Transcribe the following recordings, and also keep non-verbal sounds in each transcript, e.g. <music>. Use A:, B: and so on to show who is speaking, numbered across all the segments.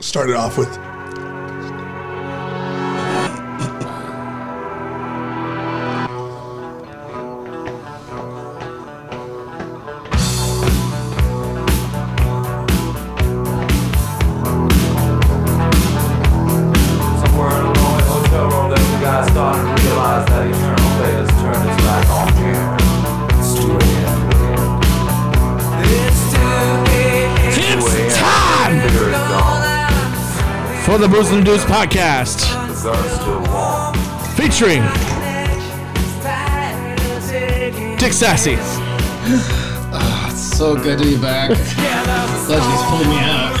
A: started off with.
B: Somewhere in a lonely hotel room, there's a guy starting to realize that eternal fate has turned its back on him. It's 2 a.m. It's 2 a.m. It's time! Figure is gone.
C: for the Booze and Dudes podcast
B: The guns still warm.
C: featuring Dick Sassy.
D: So good to be back. Glad you just pulled me out.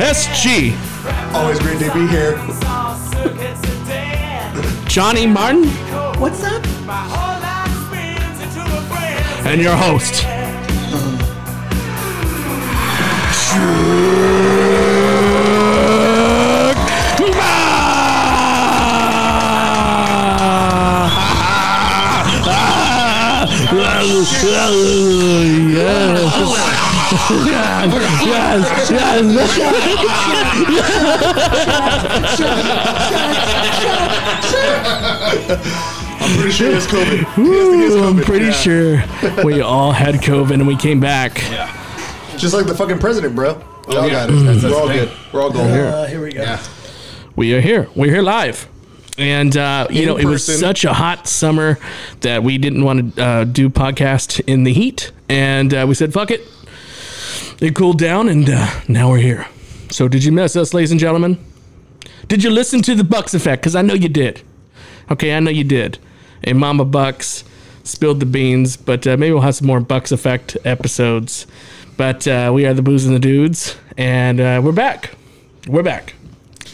C: SG.
A: Always great to be here.
C: Johnny Martin. What's up? And your host. Chuck <laughs> Ma- Yes, yes, yes.
A: I'm pretty sure it's COVID. Yes, it is
C: I'm
A: COVID.
C: pretty
A: Yeah.
C: sure we all had COVID and we came back.
A: Just like the fucking president, bro. We all
D: yeah.
A: got
C: Mm-hmm.
A: it.
D: That's- that's
A: Oh, We're all
D: the thing.
A: good. We're all golden.
D: Yeah.
A: Uh, here we go.
D: Yeah.
C: we are here. We're here live. And uh, you
A: In
C: know, it was
A: person.
C: such a hot summer that we didn't want to uh, do podcast in the heat, and uh, we said, "Fuck it." It cooled down, and uh, now we're here. So, did you miss us, ladies and gentlemen? Did you listen to the Bucks effect? Because I know you did. Okay, I know you did. And Mama Bucks spilled the beans, but uh, maybe we'll have some more Bucks effect episodes. But uh, we are the Booze and the Dudes, and uh, we're back. We're back.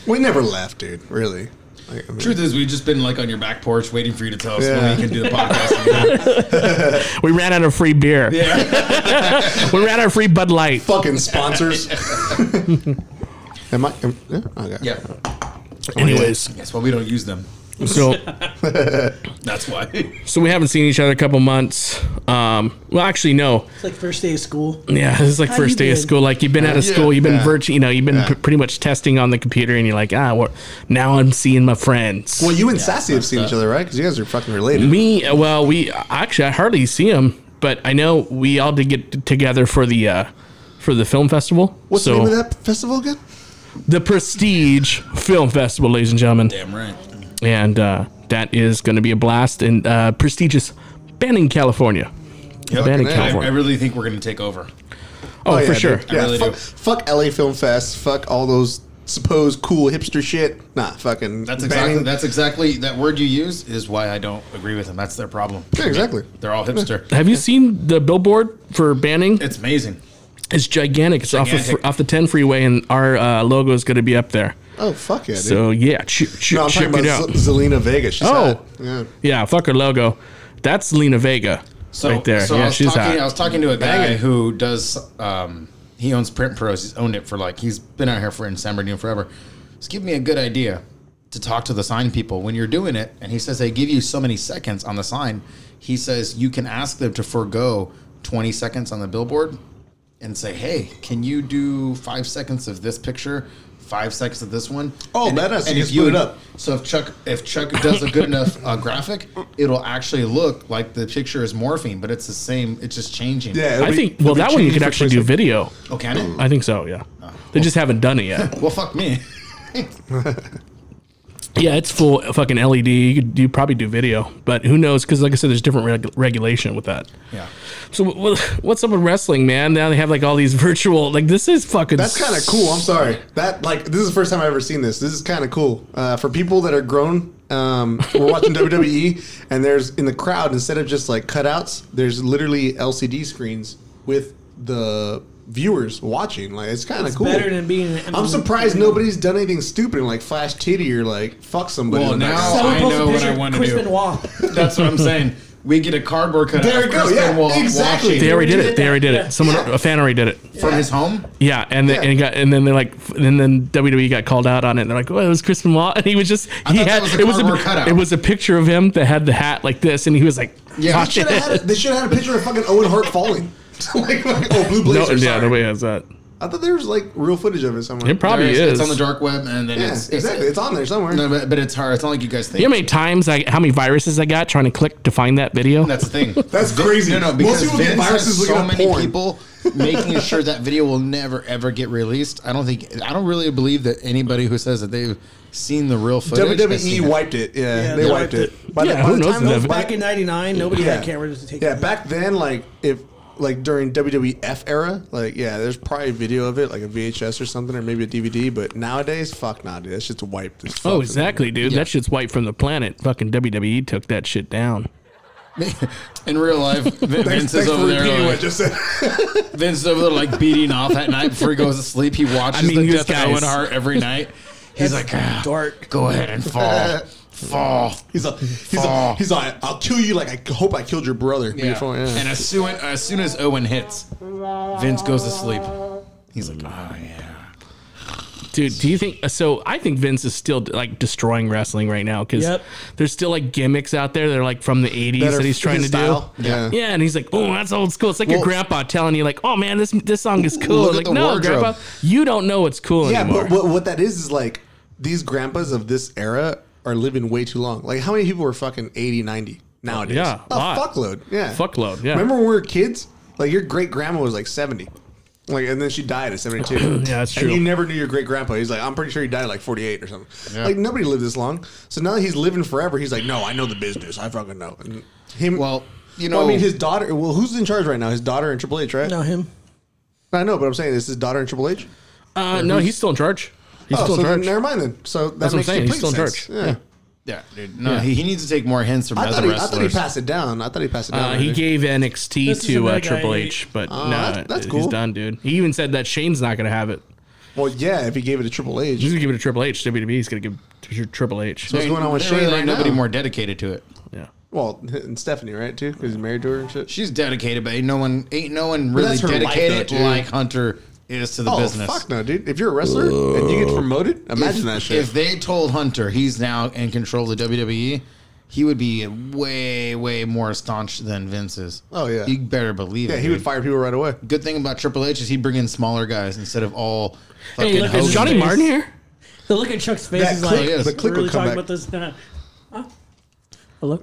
A: We never left, dude. Really. Like, I mean,
D: Truth is, we've just been like on your back porch waiting for you to tell us
A: Yeah.
D: when we can do the podcast. again.
C: We ran out of free beer. <laughs> we ran out of free Bud Light.
A: fucking <laughs> sponsors. am I? Am, yeah, okay.
D: yeah.
C: Anyways,
D: That's why we don't use them.
C: so
D: That's why.
C: so we haven't seen each other a couple months. Um, well, actually, no.
E: It's like first day of school.
C: Yeah, this is like
E: How
C: first
E: you
C: day of
E: been?
C: school. Like you've been out of
A: yeah,
C: school, you've been
A: yeah.
C: virtu- you know, you've been
A: Yeah.
C: pr- pretty much testing on the computer, and you're like, ah, well, now I'm seeing my friends.
A: Well, you and Sassy have seen each other, right? Because you guys are fucking related.
C: Me, well, we actually I hardly see him, but I know we all did get t- together for the uh, for the film festival.
A: What's
C: so
A: the name of that festival again?
C: the Prestige Film Festival, ladies and gentlemen.
D: <laughs> Damn right.
C: and uh, that is going to be a blast in uh, prestigious Banning, California.
A: Fucking
C: Banning,
A: A.
D: I, I
C: California.
D: really think we're going to take over.
C: oh,
A: yeah,
C: for sure.
A: dude. Yeah,
D: I really
A: fuck,
D: do.
A: fuck LA Film Fest. Fuck all those supposed cool hipster shit. Nah, fucking.
D: That's exactly
A: banning-
D: that's exactly that word you use is why I don't agree with them. That's their problem.
A: Yeah, exactly.
D: They're all
C: <laughs>
D: hipster.
C: Have you seen the billboard for Banning?
D: It's amazing.
C: It's gigantic. It's off the
D: Gigantic.
C: fr- off the 10 freeway, and our uh, logo is going to be up there.
A: Oh fuck yeah, dude.
C: So yeah, ch- ch-
A: no, I'm
C: check
A: talking
C: it
A: about
C: out.
A: Z- Zelina Vega. She's
C: Oh.
A: hot. yeah.
C: yeah, fuck her logo. That's Lena Vega
D: So,
C: right there.
D: So I
C: yeah,
D: was
C: she's
D: talking, I
C: hot.
D: was talking to a guy
A: Banging.
D: who does. Um, he owns Print Pros. He's owned it for like he's been out here for in San Bernardino forever. Just give me a good idea to talk to the sign people when you're doing it. And he says they give you so many seconds on the sign. He says you can ask them to forego 20 seconds on the billboard and say, "Hey, can you do five seconds of this picture?" Five seconds of this one.
A: Oh,
D: and,
A: badass. You
D: And
A: can
D: if you
A: split it up.
D: so if Chuck if Chuck does a good enough uh, graphic, it'll actually look like the picture is morphing, but it's the same. It's just changing.
A: Yeah, it'll
C: I
A: be-
C: think
A: it'll
C: well
A: be
C: that one you
A: changed
C: could
A: for Oh.
C: actually do
A: 20
C: video.
D: Oh, can it?
C: I think so. Yeah, they just haven't done
A: <laughs>
C: it yet.
D: Well, fuck me. <laughs>
C: Yeah, it's full fucking LED. You could you probably do video, but who knows? Because like I said, there's different reg- regulation with that.
D: Yeah.
C: So wh- wh- what's up with wrestling, man? Now they have like all these virtual. Like this is fucking.
A: That's kind of cool. I'm sorry. That like this is the first time I've ever seen this. This is kind of cool uh, for people that are grown. Um, we're watching <laughs> WWE, and there's in the crowd instead of just like cutouts, there's literally LCD screens with the viewers watching. Like it's kind of cool.
E: better than being an
A: I'm
E: MLB
A: surprised
E: player.
A: nobody's done anything stupid and like flash titty or like fuck somebody.
D: Well,
A: in the
D: now-
A: background.
D: I
E: posted a
D: know what
E: picture
D: I
E: of
D: wanna
E: Chris
D: do.
A: <laughs>
E: Benoit.
D: That's what I'm saying. We get a cardboard cutout.
A: There
D: of
A: you go,
D: Chris
A: yeah,
D: Benoit
A: exactly.
D: watching
C: They already did
E: Yeah.
C: it. They already did it. Someone,
A: Yeah.
C: a fan already did it.
D: from his home.
C: Yeah, and they,
A: Yeah.
C: and he got and then they're like, and then WWE got called out on it. And they're like, well, it was Chris Benoit, <laughs> and he was just he
D: thought that
C: had
D: was a
C: it was
D: cardboard cutout.
C: a it was a picture of him that had the hat like this, and he was like,
D: Yeah.
A: They
C: <laughs>
A: should have had, a- they should've had a picture of fucking Owen Hart falling. <laughs> like, fucking- oh, blue
C: no,
A: blazer.
C: yeah,
A: sorry.
C: nobody has that.
A: I thought there was like real footage of it somewhere.
C: It probably
D: There
C: is.
D: It's on the dark web, and then
A: yeah,
D: it's, it's
A: exactly. It's on there somewhere.
D: <laughs> No, but, but it's hard. It's not like you guys think.
C: You know how many times I, how many viruses I got trying to click to find that video?
D: That's the thing.
A: <laughs> That's crazy.
D: No, no,
A: Most
D: because
A: people get
D: Vince
A: viruses
D: has
A: looking
D: so
A: at
D: many
A: porn.
D: people making sure that video will never ever get released. I don't think I don't really believe that anybody who says that they've seen the real footage. has
A: WWE
D: seen it.
A: E wiped it. Yeah,
E: Yeah,
A: they,
E: they
A: wiped
E: wiped
A: it. By
C: Yeah, who knows
A: those-
C: if-
E: Back
A: by-
E: in '99, nobody
A: yeah.
E: had cameras to take.
A: Yeah, back then, like if like during WWF era, like yeah, there's probably video of it, like a VHS or something, or maybe a DVD. But nowadays, fuck nah, dude, that shit's wiped. As fuck.
C: oh, exactly, dude. That shit's wiped from the planet. Fucking WWE took that shit down.
D: <laughs> in real life. Vin-
A: Thanks,
D: Vince
A: thanks
D: is
A: for
D: over there.
A: repeating what I
D: Like,
A: just said. <laughs>
D: Vince is over there like beating off at night before he goes to sleep. He watches
C: I mean,
D: the
C: you
D: death of
C: guys-
D: Owen
C: <laughs>
D: Hart every night. He's like, ah,
E: dark.
D: Go ahead
C: <laughs>
D: and fall, fall.
A: He's a he's
D: Aw.
A: a he's a. I'll kill you. Like I hope I killed your brother. Before, yeah.
D: And as soon, as soon as Owen hits, Vince goes to sleep. He's like, oh, yeah.
C: Dude, do you think so? I think Vince is still like destroying wrestling right now because
E: Yep.
C: there's still like gimmicks out there that are like from the 80s that,
A: Better
C: he's trying to
A: his style.
C: do.
A: Yeah.
C: Yeah, and he's like, "Oh, that's old school." It's like your
D: Well-
C: grandpa telling you, like, "Oh man, this this song is cool."
D: Look at
C: Like,
D: the
C: no,
D: wardrobe.
C: grandpa, you don't know what's cool
A: Yeah,
C: anymore.
A: but what, what that is is like these grandpas of this era are living way too long. Like, how many people are fucking 80, 90 nowadays?
C: Yeah,
A: a
C: a lot.
A: fuckload. Yeah,
C: Fuckload, yeah.
A: Remember when we were kids? Like your great grandma was like seventy, like, and then she died at seventy two.
C: <clears throat> Yeah, that's
A: And
C: true.
A: you never knew your great grandpa. He's like, I'm pretty sure he died at like forty eight or something. Like nobody lived this long. So now that he's living forever, he's like, No, I know the business. I fucking know. And him.
D: Well, you
A: Well,
D: know,
A: I mean, his daughter. Well, who's in charge right now? His daughter and Triple H, right?
E: No, him.
A: I know, but I'm saying it's his daughter and Triple H.
C: uh, no, he's still in charge. He's
A: Oh,
C: still
A: so
C: in
A: then
C: charge.
A: never mind then. So that
C: That's what I'm
A: makes
C: saying. He's
A: complete
C: still in
A: sense.
C: charge.
A: Yeah.
D: Yeah, dude. No, He, he needs to take more hints from
A: I,
D: other
A: thought he, I thought he
D: wrestlers.
A: passed it down. I thought he passed it down.
C: Uh, he
A: already.
C: gave NXT
E: This is
C: to
E: a
C: uh,
E: bad guy.
C: Triple H, but
A: Oh,
C: no,
A: that's- that's
C: he's
A: cool.
C: done, dude. He even said that Shane's not going to have it.
A: well, yeah, if he gave it to Triple H.
C: He's going to give it to Triple H. WWE's going to give it to Triple H.
A: what's going on with
D: There
A: Shane
D: really
A: right
D: ain't nobody
A: now?
D: more dedicated to it.
C: yeah.
A: Well, <laughs> and Stephanie, right, too? Because he's married to her and shit.
D: She's dedicated, but ain't no one ain't no one really
A: that's her life,
D: dedicated
A: though, dude.
D: like Hunter is to the
A: Oh,
D: business.
A: fuck no, dude. If you're a wrestler and you get promoted, imagine that shit.
D: If they told Hunter he's now in control of the WWE, he would be way way more staunch than Vince is.
A: Oh, yeah.
D: you better believe
A: yeah,
D: it.
A: he would
D: dude.
A: fire people right away.
D: Good thing about Triple H is he'd bring in smaller guys instead of all fucking
C: Hey, look, is
D: hoes.
C: Johnny
E: Hosers.
C: Martin here?
E: The look at Chuck's face
A: That
E: is
A: click-
E: like,
D: yes.
E: "We're
D: the
A: click will
E: really
A: come
E: talking
A: back.
E: about this. <laughs> Huh? Huh? Hello?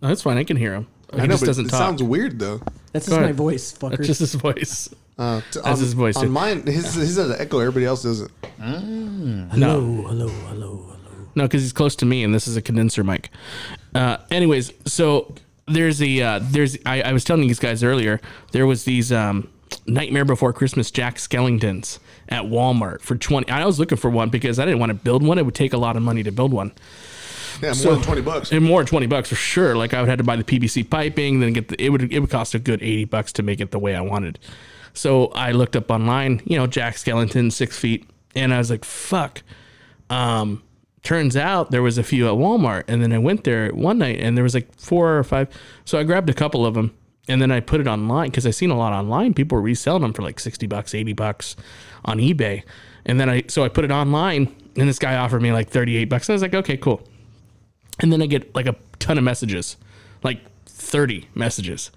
C: No, that's fine. I can hear him. He
A: I know,
C: just
A: but
C: doesn't
A: it
C: talk.
A: sounds weird, though.
E: That's
C: Go
E: just my
C: ahead.
E: voice, fucker.
C: that's just his voice.
A: Uh, t-
C: That's
A: on,
C: his voice,
A: On
C: dude.
A: mine, his, his has an echo. Everybody else doesn't.
C: No,
E: hello, hello, hello, hello.
C: no, because he's close to me, and this is a condenser mic. Uh, anyways, so there's the uh, there's I, I was telling these guys earlier there was these um, Nightmare Before Christmas Jack Skellingtons at Walmart for twenty. I was looking for one because I didn't want to build one. It would take a lot of money to build one.
A: Yeah, more than 20 bucks.
C: and more than 20 bucks for sure like i would have to buy the pvc piping then get the it would it would cost a good 80 bucks to make it the way i wanted so i looked up online you know jack skellington six feet and i was like fuck um turns out there was a few at walmart and then i went there one night and there was like four or five so i grabbed a couple of them and then i put it online because i seen a lot online people were reselling them for like 60 bucks 80 bucks on ebay and then i so i put it online and this guy offered me like 38 bucks i was like okay cool and then I get like a ton of messages, like 30 messages.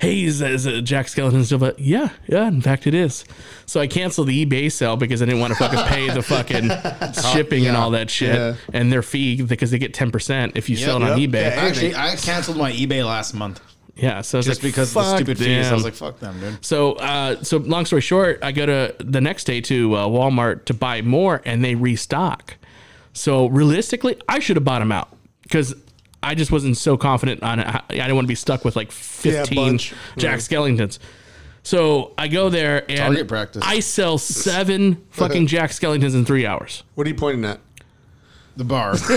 C: Hey, is, that, is it Jack Skeleton still? But yeah, yeah, in fact, it is. So I canceled the eBay sale because I didn't want to fucking pay the
D: <laughs>
C: fucking
D: Oh,
C: shipping and all that shit
A: yeah.
C: and their fee because they get 10% if you sell it on
A: yep,
C: eBay.
A: yeah.
D: Actually, I canceled my eBay last month
C: Yeah, so I was
D: just
C: like,
D: because of the
C: "Fuck
D: stupid fees. I
C: them."
D: was like, fuck them, dude.
C: So, uh, so long story short, I go to the next day to uh, Walmart to buy more, and they restock. So realistically, I should have bought them out because I just wasn't so confident on it. I I didn't want to be stuck with like fifteen
A: bunch.
C: Jack Skellingtons. So I go there and
D: Target practice.
C: I sell seven fucking Jack Skellingtons in three hours.
A: What are you pointing at? <laughs>
D: The bar. <laughs>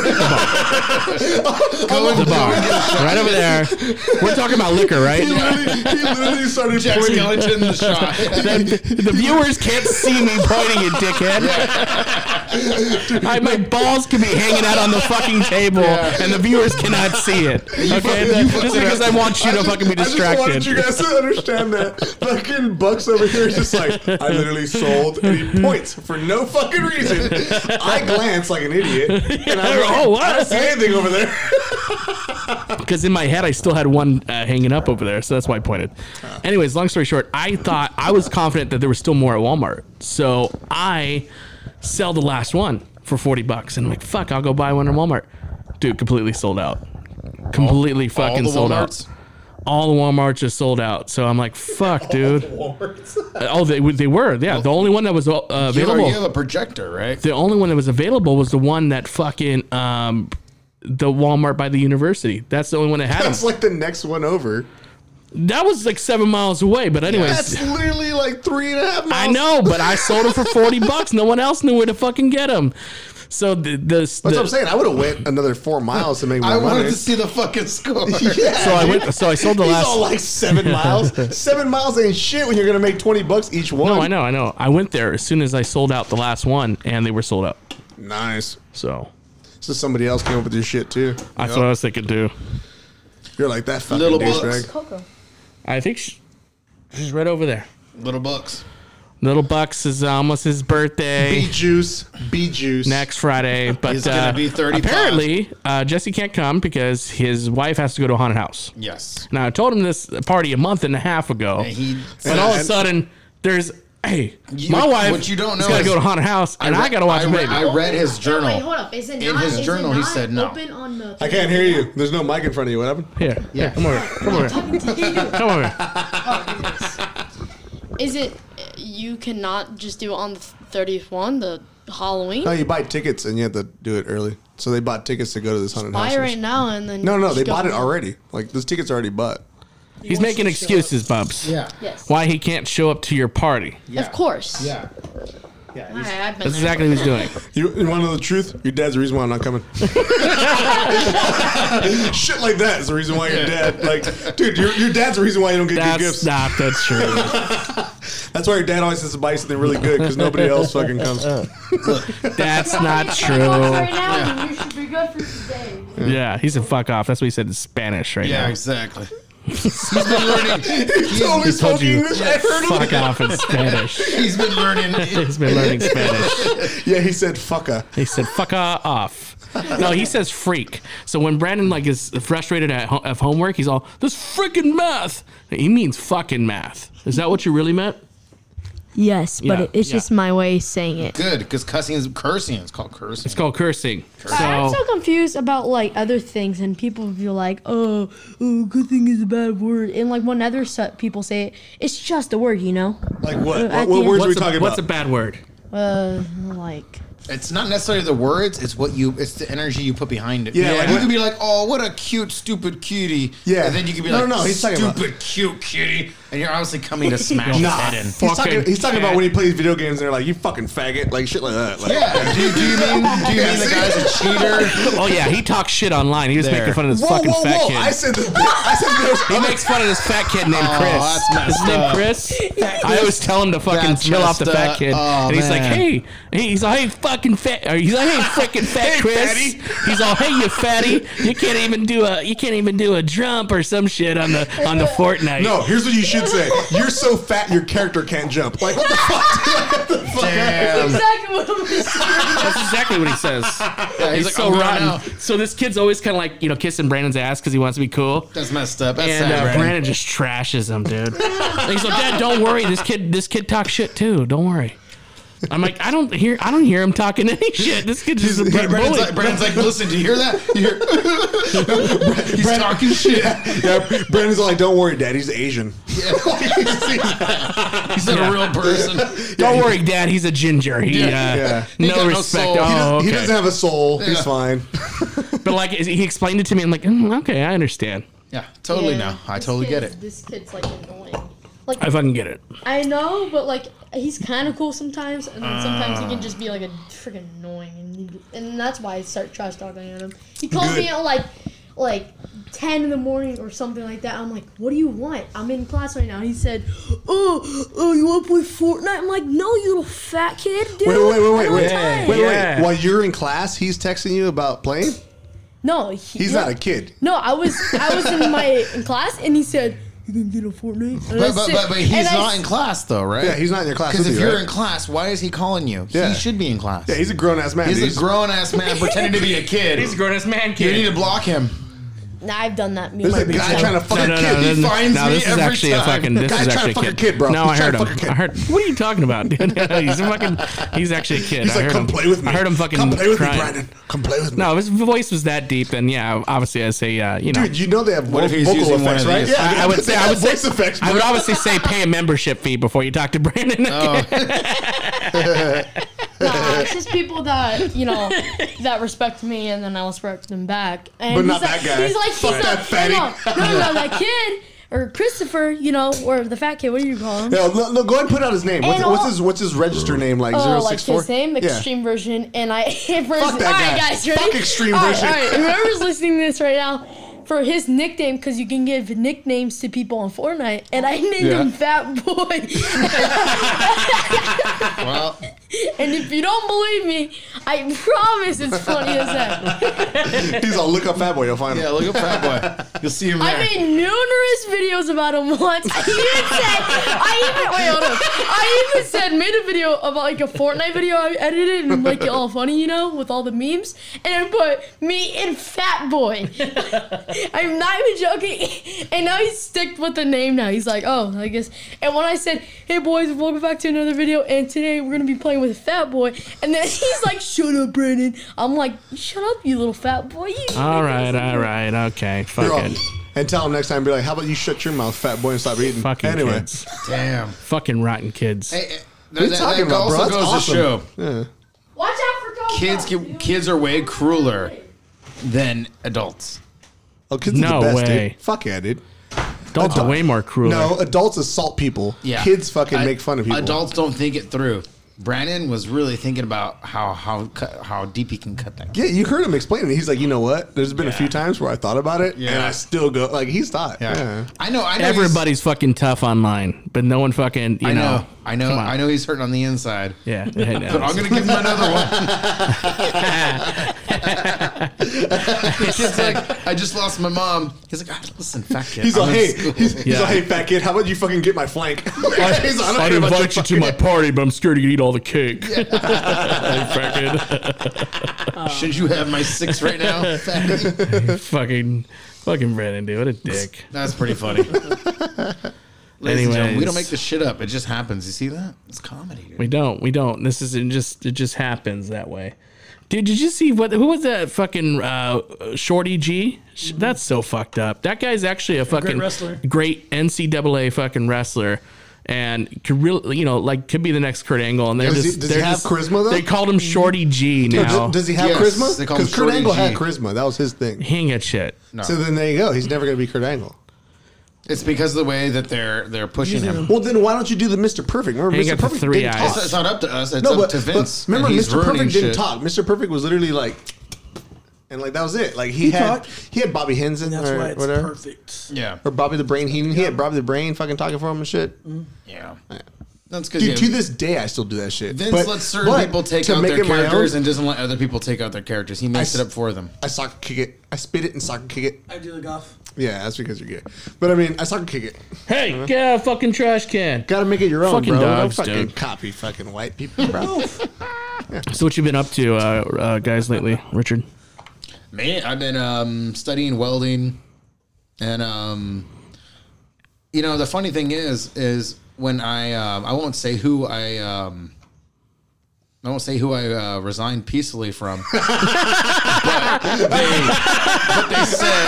C: The bar, right over there. We're talking about liquor, right?
A: He literally, he literally started
D: Jack
A: pointing.
D: Skellington, the shot.
C: The viewers can't see me pointing, you dickhead. I, my balls could be hanging out on the fucking table, and the viewers cannot see it. Okay, That- just because I want you to fucking be
A: I just wanted
C: distracted.
A: you guys to understand that fucking Bucks over here is just like, I literally sold any points for no fucking reason. I glance like an idiot, And I was like,
C: <laughs> oh,
A: I <laughs> don't see
C: what?
A: anything over there.
C: Because in my head, I still had one uh, hanging up over there, so that's why I pointed. Anyways, long story short, I thought I was confident that there was still more at Walmart, so I sell the last one for forty bucks, and I'm like, "Fuck, I'll go buy one at Walmart." Dude, completely sold out. Completely fucking
D: the
C: sold
D: Walmarts?
C: out. All the Walmart just sold out. So I'm like, "Fuck, dude." Uh, oh, they they were. Yeah, the only one that was uh,
D: You, are,
C: available.
D: you have a projector, right?
C: the only one that was available was the one that fucking um, the Walmart by the university. That's the only one that had 'em.
A: That's like the next one over.
C: That was like seven miles away, but anyways,
A: That's literally like three and a half miles.
C: I know. But I sold them for
A: <laughs>
C: forty bucks. No one else knew where to fucking get them. So the the,
A: That's
C: the-
A: what I'm saying. I would have went another four miles to make my
D: I
A: money.
D: wanted to see the fucking score.
A: yeah,
C: so I went. So I sold the
A: He's
C: last.
A: all like seven
C: <laughs>
A: miles. seven miles ain't shit when you're gonna make twenty bucks each one.
C: no, I know, I know. I went there as soon as I sold out the last one, and they were sold out.
A: Nice.
C: So
A: So somebody else came up with your shit too.
C: that's what I was thinking too.
A: You're like that fucking
D: Little
A: douchebag.
F: Coco.
C: I think she, she's right over there.
D: Little bucks.
C: Little Bucks is uh, almost his birthday.
D: <laughs>
A: Bee juice. Bee juice.
C: next Friday. But
D: He's gonna
C: uh,
D: be 35.
C: Apparently, uh, Jesse can't come because his wife has to go to a haunted house.
D: Yes.
C: Now I told him this party a month and a half ago,
D: And he.
C: but all of a
A: and-
C: sudden there's hey,
D: You-
C: my wife.
D: what you don't
C: has
D: know
C: gotta
D: is-
C: go to a haunted house, and I,
D: re-
C: gotta watch
D: I
C: a
D: re-
C: baby.
D: I read his journal.
F: Wait, hold up. Is it
D: In
F: not,
D: his
F: is it
D: journal, he
F: not
D: said no.
F: Open on the
A: I can't hear you. There's no mic in front of you. What happened?
C: here, yeah. come over, come over,
F: Talking to you.
C: come over.
D: <laughs>
G: <laughs> Is it you cannot just do it on the thirtieth one, the Halloween?
A: No, you buy tickets and you have to do it early. So they bought tickets to go to this haunted
G: Buy
A: house.
G: it right now and then.
A: No, no,
G: just
A: they
G: go
A: bought it
G: home.
A: already. Like this ticket's already bought.
C: He's making excuses, Bubs.
D: Yeah.
G: Yes.
C: Why he can't show up to your party?
D: Yeah.
G: Of course.
D: Yeah.
G: All right, I've been
C: That's
G: there.
C: exactly what he's doing.
A: You, you want to know the truth? Your dad's the reason why I'm not <laughs> coming. Shit like that is the reason why your dad, like, dude, your, your dad's the reason why you don't get good
C: That's
A: gifts.
C: not that's true.
A: That's why your dad always has to buy something really good because nobody else fucking
C: <laughs>
A: comes.
C: That's not
F: Right
A: <laughs>
C: true.
F: now, you should be good for today.
C: Yeah, he said fuck off. That's what he said in Spanish right
D: <laughs> Yeah,
C: now.
D: exactly. he's been learning. He's,
A: Totally
C: He told
A: spoke
C: you
A: English. I heard him.
C: fuck off in Spanish.
D: he's been learning.
C: He's been learning
A: <laughs>
C: Spanish.
A: Yeah, he said fucker.
C: He said "fuck uh, off." No, he says "freak." So when Brandon like is frustrated at ho- of homework, he's all "this freaking math." He means fucking math. Is that what you really meant?
F: Yes, but
C: Yeah,
F: it, it's
C: yeah.
F: just my way of saying it.
D: Good, because cussing is cursing. It's called cursing.
C: It's called Oh, cursing.
F: I'm
C: So
F: so confused about like other things, and people feel like, oh, oh, good thing is a bad word, and like when other su- people say it, it's just a word, you know. Uh,
A: Like what? What,
F: At
A: what
F: the
A: words
F: end.
A: are we
C: what's a,
A: talking
C: what's a
A: about?
C: bad word?
F: Uh, like
D: It's not necessarily the words; it's what you, it's the energy you put behind it.
A: Yeah,
D: like
A: like
D: you
A: what-
D: could be like, "Oh, what a cute, stupid cutie,"
A: Yeah.
D: and then you could be
A: No,
D: like,
A: no, no, he's talking
D: "Stupid,
A: about-
D: cute cutie," and you're obviously coming to smash his
A: Nah,
D: head in.
A: he's talking, he's talking about
C: fag.
A: when he plays video games and they're like, you fucking faggot, like shit like that. Like,
D: Yeah, do, do you mean
A: <laughs>
D: do you mean the guy's a cheater?
C: Oh yeah, he talks shit online. He was
D: There.
C: making fun of this
A: Whoa,
C: fucking
A: whoa,
C: fat
A: whoa!
C: kid.
A: I said that. I said there was
C: he
A: other-
C: makes fun of this fat kid named
D: Oh,
C: Chris.
D: that's messed
C: His name
D: up.
C: Chris. I always tell him to fucking
D: That's
C: chill off the
D: messed
C: fat
D: up.
C: kid,
D: Oh,
C: and he's like,
D: man.
C: "Hey, hey," he's like, "Hey, fucking fat," or he's like, "Hey, freaking fat
A: Hey,
C: Chris."
A: fatty.
C: He's all, "Hey, you fatty, you can't even do a you can't even do a jump or some shit on the on the Fortnite."
A: No, here's what you should say. You're so fat your character can't jump. Like what the fuck? <laughs> Dude? What the fuck?
D: Damn.
F: exactly what I'm saying.
C: that's exactly what he says.
D: Yeah,
C: he's
D: he's like,
C: so
D: "I'm going out."
C: rotten. So this kid's always kind of like you know kissing Brandon's ass because he wants to be cool.
D: That's messed up. That's
C: And
D: sad,
C: uh,
D: Brandon.
C: Brandon just trashes him,
D: <laughs>
C: dude. And he's like, "Dad, don't worry. This kid, this kid talks shit too. Don't worry." I'm like, I don't hear, I don't hear him talking any <laughs> shit. This kid just a
D: Brandon's,
C: bully.
D: like, Brandon's like, "Listen, do you
A: <laughs>
D: hear that? You hear- <laughs> he's talking shit. <laughs>
A: Yeah, Brandon's like, don't worry, Dad. He's Asian.
D: <laughs> He's not a real person.
A: <laughs>
C: don't worry, Dad. He's a ginger. He, uh,
A: Yeah.
D: He
C: no
D: got no
C: respect.
D: soul. He
C: oh,
A: He
C: okay.
A: doesn't have a soul. He's
D: Yeah.
A: fine.
C: but like, is- he explained it to me. I'm like, "Mm, okay, I understand.
D: Yeah, totally.
F: Yeah.
D: Now I
F: This
D: totally get it.
F: kid's- This kid's like annoying. Like
C: I fucking get it.
F: I know, but like he's kind of cool sometimes, and then sometimes
A: Ah.
F: he can just be like a freaking annoying, and, he, and that's why I start trash talking at him. He calls
A: Good.
F: me at like like ten in the morning or something like that. I'm like, what do you want? I'm in class right now. He said, oh, oh, you want to play Fortnite? I'm like, no, you little fat kid, dude.
A: Wait, wait, wait, wait,
F: I don't
A: wait,
F: have
A: wait, wait,
C: Yeah.
A: While you're in class, he's texting you about playing.
F: No, he,
A: He's
F: yeah.
A: not a kid.
F: No, I was I was in my in class, and he said,
E: You think you know Fortnite?
F: And I
D: But, but,
F: sit-
D: but, but he's
F: and I
D: not
F: s-
D: in class though, right?
A: Yeah, he's not in your class
D: Because
A: with
D: if
A: you,
D: you're
A: right?
D: in class, why is he calling you?
A: Yeah.
D: He should be in class.
A: Yeah, he's a grown ass man.
D: he's,
A: dude.
D: a grown
A: <laughs>
D: ass man pretending to be a kid.
C: He's a grown ass man
D: You need
C: kid.
D: to block him.
F: Nah, I've done that. Me
A: There's
F: and
A: a
F: my big
A: guy
F: self.
A: trying to fuck
C: No,
A: a
C: no,
A: kid.
C: no,
A: he
C: no, no,
A: finds
C: no,
A: me
C: this is
A: every
C: actually
A: time.
C: a fucking. This
A: Guy
C: is
A: trying
C: actually
A: to fuck
C: a kid.
A: kid, bro.
C: No, I
A: He's
C: heard
A: trying
C: him.
A: to fuck a
C: I
A: kid.
C: heard. What are you talking about, dude? <laughs> he's a fucking. He's actually a kid.
A: He's
C: I
A: like,
C: heard
A: come
C: him.
A: play with me.
C: I heard him fucking.
A: Come play with
C: crying.
A: me, Brandon. Come play with me.
C: No, if his voice was that deep, then yeah, obviously I'd say, uh, you know.
A: Dude, you know they have vo-
D: if he's
A: vocal
D: using one
A: effects,
D: of
A: right?
D: these?
A: Yeah, <laughs>
C: I, I would say I would
A: voice
C: say,
A: effects.
C: I
A: bro.
C: would obviously say pay a membership fee before you talk to Brandon.
A: Oh.
G: Nah, it's just people that you know that respect me, and then I respect them back. And
A: But not
G: he's like,
A: that guy.
G: He's like,
A: Fuck
G: he's
A: that
G: not,
A: fatty.
G: no, no, no, no, that kid or Christopher, you know, or the fat kid. What do you call him?
A: Yeah, look, look, go ahead and put out his name. What's,
G: And
A: what's
G: all-
A: his What's his register name? Like
G: Oh,
A: zero
G: like
A: six four.
G: his name, extreme version, and I. <laughs> Fuck
A: Fuck that guy.
G: guys, ready?
A: Fuck extreme
G: All right,
A: version.
G: All right, whoever's listening to this right now, for his nickname, because you can give nicknames to people on Fortnite, and I named
A: Yeah.
G: him Fat Boy. <laughs>
D: Well,
G: and if you don't believe me, I promise it's funny as heck.
A: Yeah. <laughs> He's all look up fat boy. You'll find
D: yeah,
A: him.
D: look at Fat Boy. You'll see him there.
G: I made numerous videos about him once. I even said, I even wait, hold on. I even said made a video about like a Fortnite video I edited and like it all funny, you know, with all the memes, and I put me and Fat Boy. <laughs> I'm not even joking. And now he's sticked with the name. Now he's like, oh, I guess. And when I said, hey boys, welcome back to another video, and today we're gonna be playing with Fat Boy, and then <laughs> he's like, shut up, Brandon. I'm like, shut up, you little Fat Boy. You
C: <laughs> all right, all right, okay,
A: You're
C: fuck
A: all-
C: it,
A: And tell him next time. Be like, how about you shut your mouth, fat boy, and stop eating.
C: fucking
A: anyway,
C: kids,
D: Damn.
C: fucking rotten kids.
D: Hey, hey,
A: what are
D: that,
A: you talking about, bro?
D: also
A: That's
D: goes
A: awesome.
D: to show
A: Yeah.
G: Watch out for Goku.
D: kids get, kids are way crueler than adults.
A: Oh, kids
C: No
A: are the best,
C: way.
A: dude. Fuck yeah, dude.
C: Adults are way more cruel.
A: No, adults assault people. Kids fucking
D: I-
A: make fun of people.
D: Adults don't think it through. Brandon was really thinking about how how cut, how deep he can cut that.
A: Yeah, you heard him explaining. it. He's like, you know what? There's been a few times where I thought about it,
D: Yeah.
A: and I still go like, he's thought. Yeah.
D: I know. I know he's-
C: Everybody's fucking tough online, but no one fucking you
D: I
C: know.
D: know. I know.
C: Come on.
D: I know. He's hurting on the inside.
C: Yeah,
A: <laughs>
C: I know.
D: But I'm gonna give him
C: <laughs>
D: another one. It's just like, I just lost my mom. He's like, "Ah, listen, fat kid.
A: He's
D: I'm
A: like,
D: in
A: hey,
D: school."
A: he's, he's
C: Yeah.
A: like, hey, fat kid, how about you fucking get my flank? <laughs> He's like,
C: I'd
A: care about your
C: invite you to
A: fucking-
C: my party, but I'm scared you're gonna eat all the cake. <laughs> fucking,
D: should you have my six right now?
C: <laughs>
D: Fat kid.
C: fucking, fucking Brandon, dude, what a dick.
D: That's pretty funny. Ladies and gentlemen,
C: Anyways.
D: we don't make this shit up. It just happens. You see that? It's comedy. Dude.
C: We don't. We don't. This isn't just. It just happens that way. Dude, did you see what? Who was that fucking uh, Shorty G? Sh- That's so fucked up. That guy's actually a fucking
E: wrestler.
C: great NCAA fucking wrestler, and could really, you know, like could be the next Kurt Angle. And they're
A: Does he-
C: just
A: does he
C: they're
A: have
C: just,
A: charisma, though?
C: They called him Shorty G
A: Dude,
C: now.
A: does, does he have
D: Yes,
A: charisma?
D: they call him
A: Because Kurt
D: Shorty
A: Angle had
D: G.
A: charisma. That was his thing.
C: Hang a shit.
A: So then there you go. He's never going to be Kurt Angle.
D: It's because of the way that they're they're pushing him.
A: Well, then why don't you do the Mr. Perfect? Remember,
C: He
A: Mr.
C: got the
A: Perfect
C: three
A: didn't
C: eyes.
D: It's,
A: talk.
D: it's not up to us. It's
A: No,
D: up
A: but,
D: to
A: but
D: Vince.
A: remember,
D: and he's
A: Mr.
D: ruining
A: Perfect didn't
D: shit.
A: talk. Mr. Perfect was literally like, and like that was it. Like he, had
E: talked.
A: he had Bobby Henson
E: That's
A: or
E: why it's
A: whatever,
E: perfect.
D: Yeah,
A: or Bobby the Brain Heenan. He had Bobby the Brain fucking talking for him and shit.
D: Mm-hmm. yeah. That's because
A: Dude, to this day, I still do that shit.
D: Vince
A: But-
D: lets certain
A: but
D: people take
A: to
D: out
A: make
D: their
A: it my own,
D: characters and doesn't let other people take out their characters. He makes
A: I
D: it
A: s-
D: up for them.
A: I soccer kick it. I spit it and soccer kick it.
E: I do the golf.
A: Yeah, that's because you're gay. But I mean, I soccer kick it.
C: Hey,
A: Uh-huh.
C: get out of fucking trash can.
A: Got to make it your own,
C: Fucking
A: bro.
C: dogs,
A: Don't fucking
C: dude.
A: copy fucking white <laughs> people, bro.
C: So what you been up to, uh, uh, guys, lately, Richard?
D: Man, I've been um, studying welding, and um, you know the funny thing is, is when I um, I won't say who I um, I won't say who I uh, resigned peacefully from, <laughs> but, they, but they said,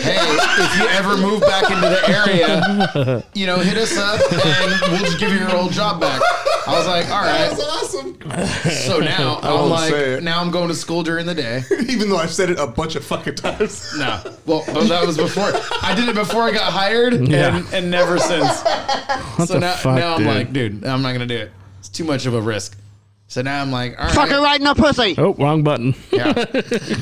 D: "Hey, if you ever move back into the area, you know, hit us up, and we'll just give you your old job back." I was like, "All
A: that's
D: right."
A: awesome.
D: So now I'm
A: won't say
D: like,
A: it.
D: now I'm going to school during the day.
A: Even though I've said it a bunch of fucking <laughs> times.
D: No. Well, well, that was before. I did it before I got hired,
C: Yeah.
D: and, and never since. so
C: the
D: now,
C: fuck,
D: now I'm
C: dude?
D: like, dude, I'm not gonna do it. It's too much of a risk. So now I'm like, all right,
H: right in the pussy.
C: Oh, wrong button.
D: yeah,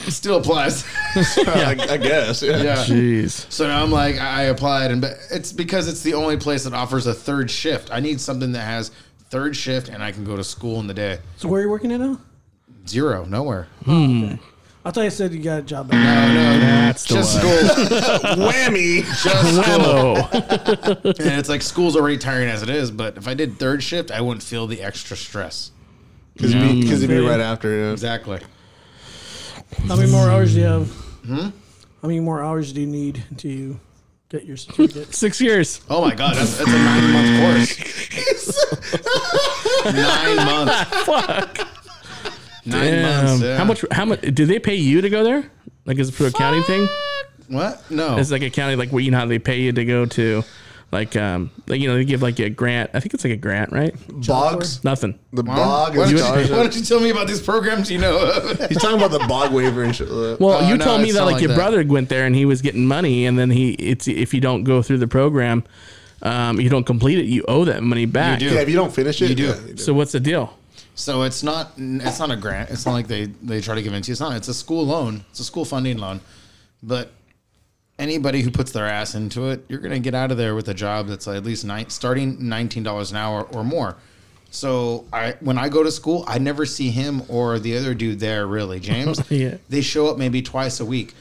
D: still applies. <laughs>
A: I, I guess. Yeah.
D: yeah.
C: Jeez.
D: So now I'm like, I I applied, and but it's because it's the only place that offers a third shift. I need something that has third shift, and I can go to school in the day.
E: So where are you working at now?
D: Zero, nowhere.
E: I thought you said you got a job. back.
C: Mm, That's the one.
D: Just
C: <laughs>
D: school.
A: <laughs> Whammy.
D: Just school.
C: Whammo.
D: And it's like school's already tiring as it is, but if I did third shift, I wouldn't feel the extra stress.
A: Because it'd, be- 'cause it'd be right after. Yeah.
D: Exactly.
E: How many more hours do you have?
A: Hmm?
E: How many more hours do you need to get
C: <laughs>
E: your certificate?
C: Six years.
D: Oh my god, that's, that's a nine month course.
C: <laughs>
D: nine months.
C: Fuck.
D: Nine
C: Damn.
D: months. yeah.
C: How much? How much? Did they pay you to go there? Like, is it for a county thing?
D: What? No.
C: It's like a county, like where you know how they pay you to go to, like, um, like you know they give like a grant. I think it's like a grant, right?
A: Bogs.
C: Nothing.
A: The
D: Why
A: bog.
D: don't- why,
A: is
D: don't you,
A: dollars.
D: why don't you tell me about these programs you know of?
A: He's talking about the bog waiver and shit.
C: Well,
D: Oh,
C: you
D: no,
C: told me
D: it's
C: that
D: not
C: like,
D: like
C: your
D: that.
C: brother went there and he was getting money, and then he it's if you don't go through the program, um, you don't complete it, you owe that money back.
D: do.
A: yeah, if you don't finish it,
D: You do.
A: yeah, you
C: So what's the deal?
D: So it's not it's not a grant. It's not like they they try to convince you. It's not. It's a school loan. It's a school funding loan. But anybody who puts their ass into it, you're going to get out of there with a job that's at least nine, starting nineteen dollars an hour or more. So I when I go to school, I never see him or the other dude there really, James.
C: <laughs> Yeah.
D: They show up maybe twice a week.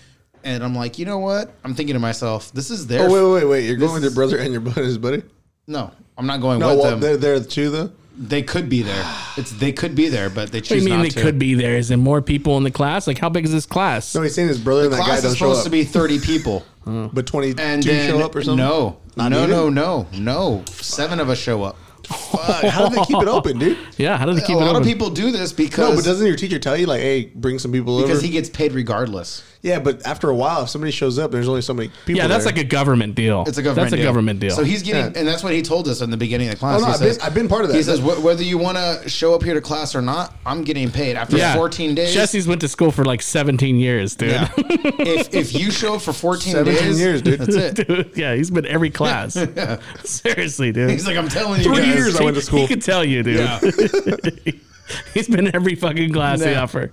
D: And I'm like, you know what? I'm thinking to myself, this is their
A: Oh
D: f-
A: wait, wait, wait! You're going with your
D: is-
A: brother and your buddy's buddy.
D: no. I'm not going
A: No,
D: with
A: well,
D: them.
A: they're there too though.
D: They could be there. It's they could be there, but they
C: What do
D: choose
C: you mean
D: not
C: they
D: to.
C: could be there? Is there more people in the class? Like how big is this class?
A: No, he's saying his brother and that guy
D: class
A: don't
D: is
A: show
D: supposed
A: up.
D: to be 30 people.
A: but twenty two
D: And then,
A: show up or something.
D: No.
A: Not
D: no,
A: even?
D: no, no, no. Seven of us show up.
A: Fuck, how do they keep it open,
D: <laughs>
A: dude?
C: Yeah, how do they keep
D: a
C: it
D: lot
C: open?
D: of people do this because,
A: No, but doesn't your teacher tell you like, hey, bring some people
D: because
A: over?
D: he gets paid regardless.
A: yeah, but after a while, if somebody shows up, there's only so many people.
C: yeah, that's
A: there.
C: like a government deal.
D: It's a government
C: That's a
D: deal.
C: government deal.
D: So he's getting,
A: Yeah.
D: and that's what he told us in the beginning of the class.
A: Oh, no,
D: He
A: I've been- I've been part of that.
D: He says, "Wh- whether you want to show up here to class or not, I'm getting paid after 14 days.
C: Jesse's went to school for like 17 years,
A: <laughs>
C: dude. <laughs>
D: Yeah.
C: Yeah,
D: if, if you show up for 14
A: 17
D: days,
A: years, dude.
D: that's
A: <laughs>
D: it.
C: he's been every class. Seriously, dude.
D: He's like, I'm telling you
A: Three
D: guys.
A: years I went to
C: He
A: school.
C: could tell you, dude.
D: Yeah.
C: he's been every fucking class they
D: Yeah.
C: offer.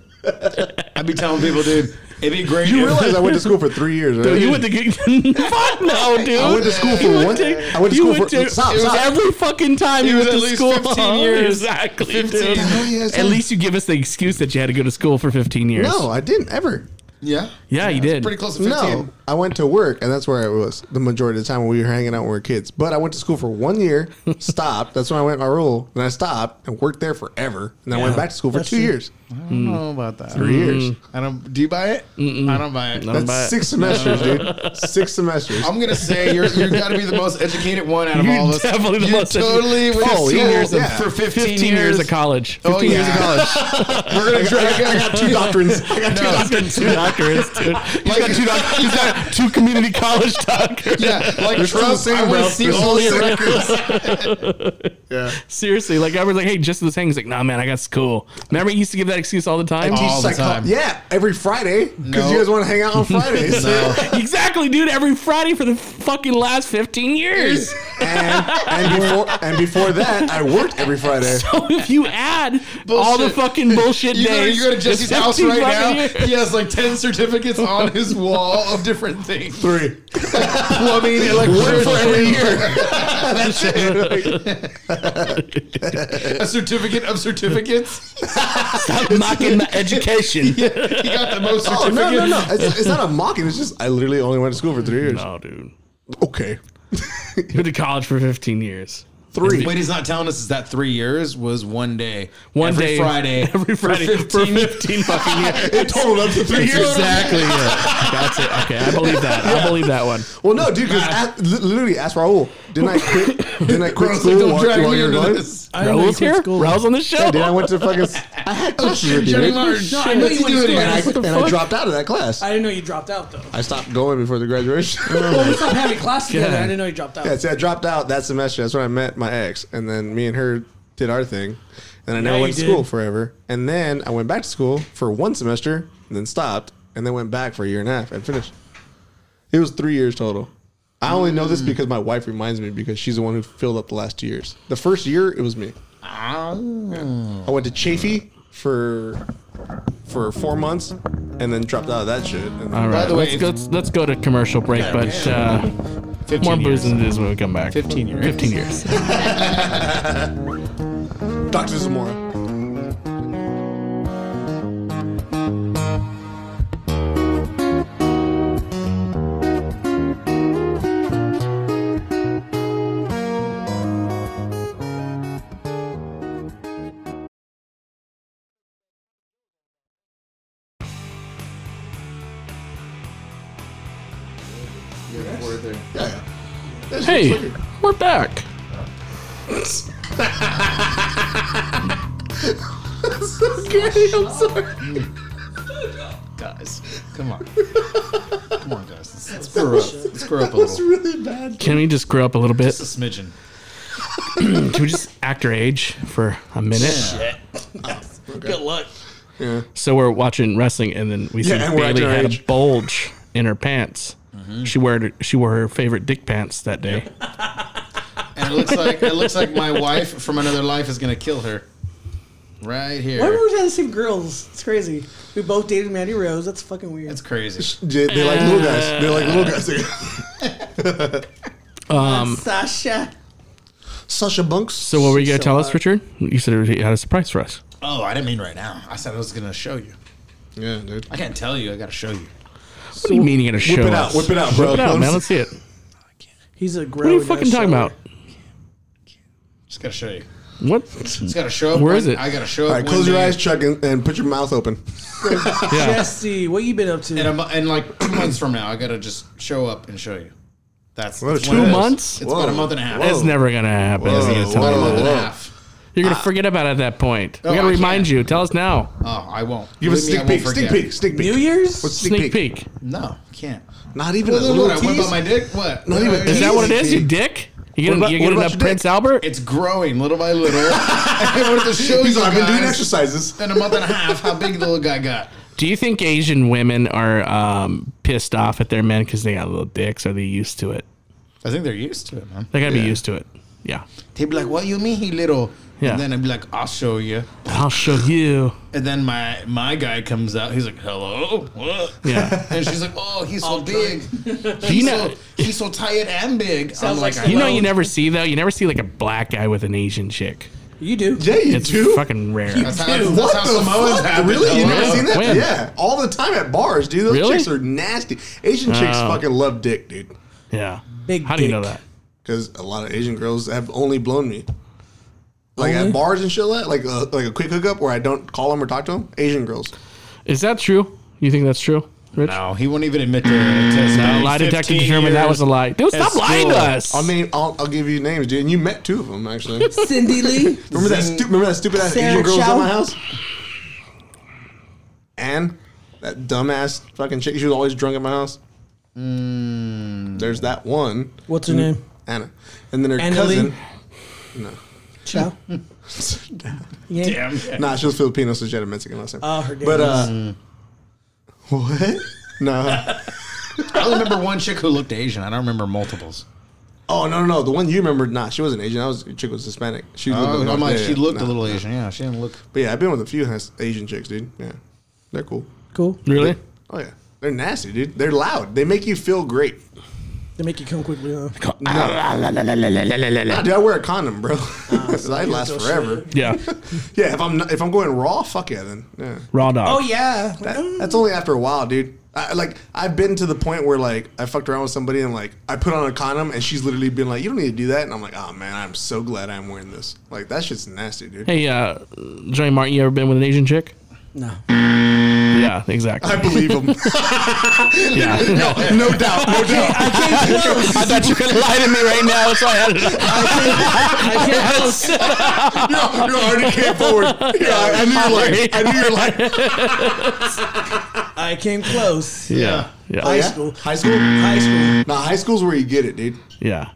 D: I'd be telling people, dude, it'd be great.
A: You
D: if-
A: realize I went to school for three
D: <laughs>
A: years, right?
C: Dude, Oh, you went to get <laughs> fuck no, dude.
A: I went to school for
C: You went
A: one-
C: to-
A: I went to
C: you
A: school for- stop,
C: it was
A: stop.
C: every fucking time
D: It
C: you
D: was
C: went
D: at
C: to
D: least
C: school.
D: 15
C: <laughs>
D: years.
C: exactly,
D: 15.
C: dude.
A: Oh, yeah, it's
C: At
A: not-
C: least you give us the excuse that you had to go to school for 15 years.
A: no, I didn't ever.
D: yeah,
C: yeah, you did.
D: pretty close to 15.
A: No, I went to work, and that's where I was the majority of the time when we were hanging out when we were kids. But I went to school for one year,
D: <laughs>
A: stopped. That's when I went my rule, and I stopped and worked there forever. And I went back to school for
E: That's
A: two
E: it.
A: years,
D: I don't know about that.
A: Mm. three years.
D: I don't. Do you buy it? I don't buy it.
C: Don't buy it.
A: That's six semesters,
D: <laughs>
A: dude. Six semesters.
D: I'm <laughs> gonna say you're you got to be the most educated one out
C: <laughs>
D: of
C: You're
D: all of us.
C: definitely the
D: you
C: most
D: totally went
A: Oh,
D: to
A: yeah.
D: school years
A: Yeah.
D: for 15,
C: 15
D: years.
C: years of college. 15
D: Oh, yeah.
C: years of
D: <laughs>
A: <laughs>
C: college.
D: We're gonna drag
A: I got
D: <laughs>
A: two doctrines. I got two
D: No.
A: doctrines.
C: Two doctorates, dude. He's got two, doc- he's
D: <laughs>
C: got two community college doctorates.
D: Yeah, like
A: They're still the
D: Trump.
A: same,
D: I want
A: bro.
D: to see
A: They're
D: all
A: still
D: the
A: the
D: records. <laughs>
A: Yeah.
C: <laughs> Seriously, like I was like, hey, just this thing. He's like, nah, man, I got school. Remember, he used to give that excuse all the time.
D: teach All the
A: Psycho-
D: time.
A: Yeah, every Friday because
D: No.
A: you guys want to hang out on Fridays.
D: <laughs> No.
C: <laughs> exactly, dude. Every Friday for the fucking last 15 <laughs> years.
A: and, and before and before that, I worked every Friday.
D: <laughs>
C: So if you add all the
D: Bullshit.
C: fucking bullshit
D: <laughs> You go,
C: days,
D: you go to
C: the
D: Jesse's house
C: 15
D: right now.
C: fucking years-
D: He has like ten certificates on
C: <laughs>
D: his wall of different things.
A: Three.
D: Plumbing,
A: Work <laughs> for
D: electricity,
A: every year.
D: <laughs>
C: <laughs>
A: That's it.
D: a certificate of certificates.
C: Stop mocking my <laughs> education.
D: Yeah, <laughs> he got the most
A: Oh,
D: certificates.
A: no, no, no. It's, it's not a mocking. It's just I literally only went to school for three years.
C: No, dude.
A: Okay.
C: You went to college for 15 years.
A: Three.
D: Wait, he's not telling us is that three years was one day,
C: One
D: every
C: day,
D: Friday,
C: <laughs> every Friday for 15,
D: <laughs>
C: fucking years.
A: It totaled up to three
C: That's
A: years.
C: exactly it. That's it. Okay, I believe that. I believe that one.
A: Well, no, dude, because literally, ask Raul. Didn't I quit? Didn't I quit
D: Gross, like,
A: school
D: don't
A: while,
D: drag
A: while
D: me
A: you were
D: into
A: gone?
D: this.
E: I know you
C: Raul's
E: quit
C: here.
E: school.
C: Raul's on the show.
A: Yeah, dude, I went to fucking. s- I had classes with you,
D: Johnny
A: dude.
D: Marr,
E: No, I know you went to
A: And
E: school.
A: Oh, I,
E: What the
A: and I dropped out of that class.
E: I didn't know you dropped out though.
A: I stopped going before the graduation.
E: Well, we stopped
C: <laughs>
E: having class together.
C: God.
E: I didn't know you dropped out.
A: Yeah, see, I dropped out that semester. That's when I met my ex, and then me and her did our thing, and I never
E: you
A: went to
E: did.
A: school forever. And then I went back to school for one semester, and then stopped, and then went back for a year and a half and finished. It was three years total. I only know
E: Mm.
A: this because my wife reminds me because she's the one who filled up the last two years. The first year it was me.
E: Oh.
A: I went to Chafee for for four months, and then dropped out of that shit. And
C: All right,
D: the way,
C: let's,
D: if-
C: go, let's, let's go to commercial break, but uh,
D: 15
C: more
D: years.
C: booze than this when we come back.
D: 15 years.
C: 15 years.
A: Dr. Zamora.
D: right there.
A: Yeah, yeah. That's just
C: Hey,
A: weird.
C: we're back.
D: Guys, come <laughs> on. come on, guys. Let's, let's grow up. Let's grow up a
A: That's
D: little.
A: really bad.
C: Can we just grow up a little bit?
D: Just a smidgen.
C: Can we just act our age for a minute?
E: Good luck.
C: So we're watching wrestling, and then we see
A: Yeah, and we're
C: Bailey
A: acting our
C: had a
A: age. Mm-hmm.
C: bulge in her pants. She wore she wore her favorite dick pants that day.
D: And it looks like it looks like my wife from another life is gonna kill her. Right here.
E: Why were we trying to same girls? It's crazy. We both dated Mandy Rose. That's fucking weird.
D: That's crazy.
A: They, they like little guys. They like little guys.
E: Sasha.
A: Sasha Bunks.
C: So what were you gonna tell us, Richard? You said you had a surprise for us.
D: Oh, I didn't mean right now. I said I was gonna show you.
A: yeah, dude.
D: I can't tell you. I gotta show you.
C: What do you mean you're gonna show
A: Whip it out.
C: us?
A: Whip it out, bro.
C: Whip it out, man. Let's see it.
E: He's a grower.
C: What are you fucking talking about?
D: Just gotta show you.
C: What?
D: Just gotta show up.
C: Where
D: Where
C: is
D: is
C: it?
D: I gotta show up.
A: All right,
D: one
A: close your
D: day.
A: eyes, Chuck, and, and put your mouth open.
C: Yeah.
E: Jesse, what you been up to?
D: And, I'm, and like <clears throat> two months from now, I gotta just show up and show you. That's
A: Whoa,
D: that's
A: two
D: what it is.
C: months?
D: It's about a
A: Whoa.
D: month and a half.
A: Whoa.
C: It's never gonna happen.
D: It's about
A: Whoa,
D: a
A: Ah.
D: month and a
A: whoa.
D: half.
C: You're gonna forget about it at that point.
D: Oh,
C: we
D: I
C: gotta
D: can't.
C: remind you. Tell us now.
A: Ah.
D: Oh, I won't.
A: Give us a
D: Believe
A: sneak
D: me, I
A: peek.
D: won't
A: Sneak
D: forget.
A: peek. Sneak peek.
E: New Year's?
A: What's sneak,
C: Sneak
A: peek?
C: peek.
D: No, can't.
A: Not even
D: Well,
A: a
D: then
A: little
D: what? I went
A: tease?
D: by my dick. What?
A: Not even-
C: Is that what it is?
A: Easy
C: You dick? You get,
A: about- what
C: you get
A: about
C: enough
A: your
C: Prince
A: dick?
C: Albert?
D: It's growing little by little. <laughs> I wanted to show
A: He's
D: you
A: like, I've been doing
D: guys
A: exercises.
D: in a month and a half how big the little guy got.
C: Do you think Asian women are um, pissed off at their men because they got little dicks? Are they used to it?
D: I think they're used to it, man.
C: They gotta be used to it. Yeah.
D: He'd be like, "What you mean, he little?"
C: Yeah.
D: And then I'd be like, "I'll show you."
C: I'll show you.
D: And then my my guy comes out. He's like, "Hello, what?"
C: Yeah.
D: And she's like, "Oh, he's so big.
C: you
D: He's
C: know,
D: so, he's so tired and big."
E: Sounds like
D: "I
C: you know,
D: know."
C: you never see though. You never see like a black guy with an Asian chick.
E: You do.
A: Yeah, you
C: It's
A: do.
C: fucking rare.
D: That's how, that's
A: what
D: how
A: the
D: Samoans
A: fuck?
D: happen.
A: Really? You never
D: Hello?
A: seen that?
C: When?
A: Yeah, all the time at bars, dude. Those
C: Really?
A: chicks are nasty. Asian chicks
C: Oh.
A: fucking love dick, dude.
C: Yeah.
E: Big
C: How do you know
E: dick.
C: that?
A: Because a lot of Asian girls have only blown me. Like
E: Only?
A: at bars and shit like like a, like a quick hookup where I don't call them or talk to them. Asian girls.
C: Is that true? You think that's true, Rich?
D: No, he won't even admit to it.
C: No, lie detector determined that was a lie. Dude, stop
D: It's
C: lying to
D: cool.
C: us.
A: I mean, I'll, I'll give you names, dude. And you met two of them
D: <laughs>
A: actually.
E: Cindy Lee.
A: remember that stupid remember that stupid ass
E: Sarah
A: Asian girl was
E: Chow?
A: at my house. And that dumbass fucking chick. She was always drunk at my house.
D: Hmm.
A: There's that one.
E: What's
C: Mm-hmm.
E: her name?
A: Anna. And then her
E: Anna
A: cousin.
E: Chow. yeah.
D: Damn.
A: Nah, she was Filipino, so she had a Mexican last name.
D: Ah,
E: Oh, her dad.
A: but uh, <laughs> what? No.
D: I only remember one chick who looked Asian. I don't remember multiples.
A: Oh no, no, no. The one you remember? Nah, she wasn't Asian. I was the chick was Hispanic. She lived in
D: Oh, I'm
A: North-
D: like,
A: yeah,
D: she
A: yeah,
D: looked
A: nah.
D: a little Asian. Yeah, she didn't look.
A: But yeah, I've been with a few has- Asian chicks, dude. Yeah, they're cool.
E: cool.
A: <laughs>
C: really?
A: Oh yeah, they're nasty, dude. They're loud. They make you feel great.
E: They make you come quickly, huh?
A: Nah, dude, I wear a condom, bro. <laughs> I last
E: so
A: forever.
C: Yeah.
A: Yeah, if I'm not, if I'm going raw, fuck yeah, then yeah.
C: Raw dog.
E: Oh yeah.
A: That, that's only after a while, dude. I, like I've been to the point where like I fucked around with somebody and like I put on a condom and she's literally been like, "You don't need to do that," and I'm like, "Oh man, I'm so glad I'm wearing this." Like that shit's nasty, dude.
C: Hey, uh, Johnny Martin, you ever been with an Asian chick?
E: No.
C: Yeah, exactly.
A: I <laughs> believe
E: <laughs>
A: him.
C: yeah.
A: <laughs> no, no doubt, no doubt.
E: I
A: <laughs>
E: can't close.
C: I thought you could lie to me right now, so I had it.
E: I can't close.
A: No, you already came <laughs> forward. Yeah, I, I knew your life. I knew your <laughs> life.
E: I came close.
C: Yeah. Yeah.
E: High
C: Yeah.
E: school.
A: High school.
E: High school.
A: Nah, high school's where you get it, dude.
C: Yeah.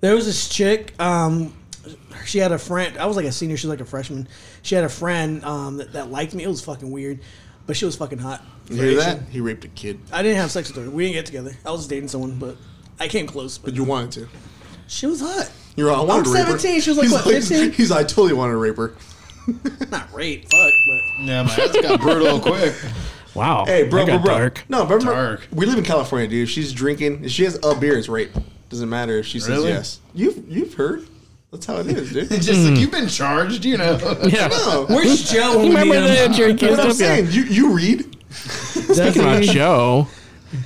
E: There was this chick. Um, she had a friend. I was like a senior. She was like a freshman. She had a friend um, that, that liked me. It was fucking weird, but she was fucking hot.
A: You hear that? He raped a kid,
E: I didn't have sex with her. We didn't get together. I was dating someone, but I came close. But
A: but you wanted to.
E: she was hot.
A: You're all, I wanted
E: I'm
A: to rape her.
E: 17, she was like,
A: he's
E: what,
A: <laughs>
E: 15?
A: He's like, I totally wanted to rape her.
E: Not rape. Fuck.
C: <laughs>
E: But
D: Yeah, my ass got brutal quick.
C: Wow.
A: Hey, bro, bro,
C: That got
A: bro.
C: dark.
A: No, remember,
D: Dark.
A: we live in California, dude. If she's drinking, if she has a beer, it's rape. Doesn't matter if she says
D: Really?
A: yes. You've you've heard. That's how it is, dude.
D: <laughs> It's just like you've been charged, you know.
A: <laughs>
C: Yeah.
A: No,
E: where's Joe? when we
C: Remember
E: meet him?
C: the Jerry
A: what I'm
C: Kids?
A: saying, you you read.
C: Speaking about Joe,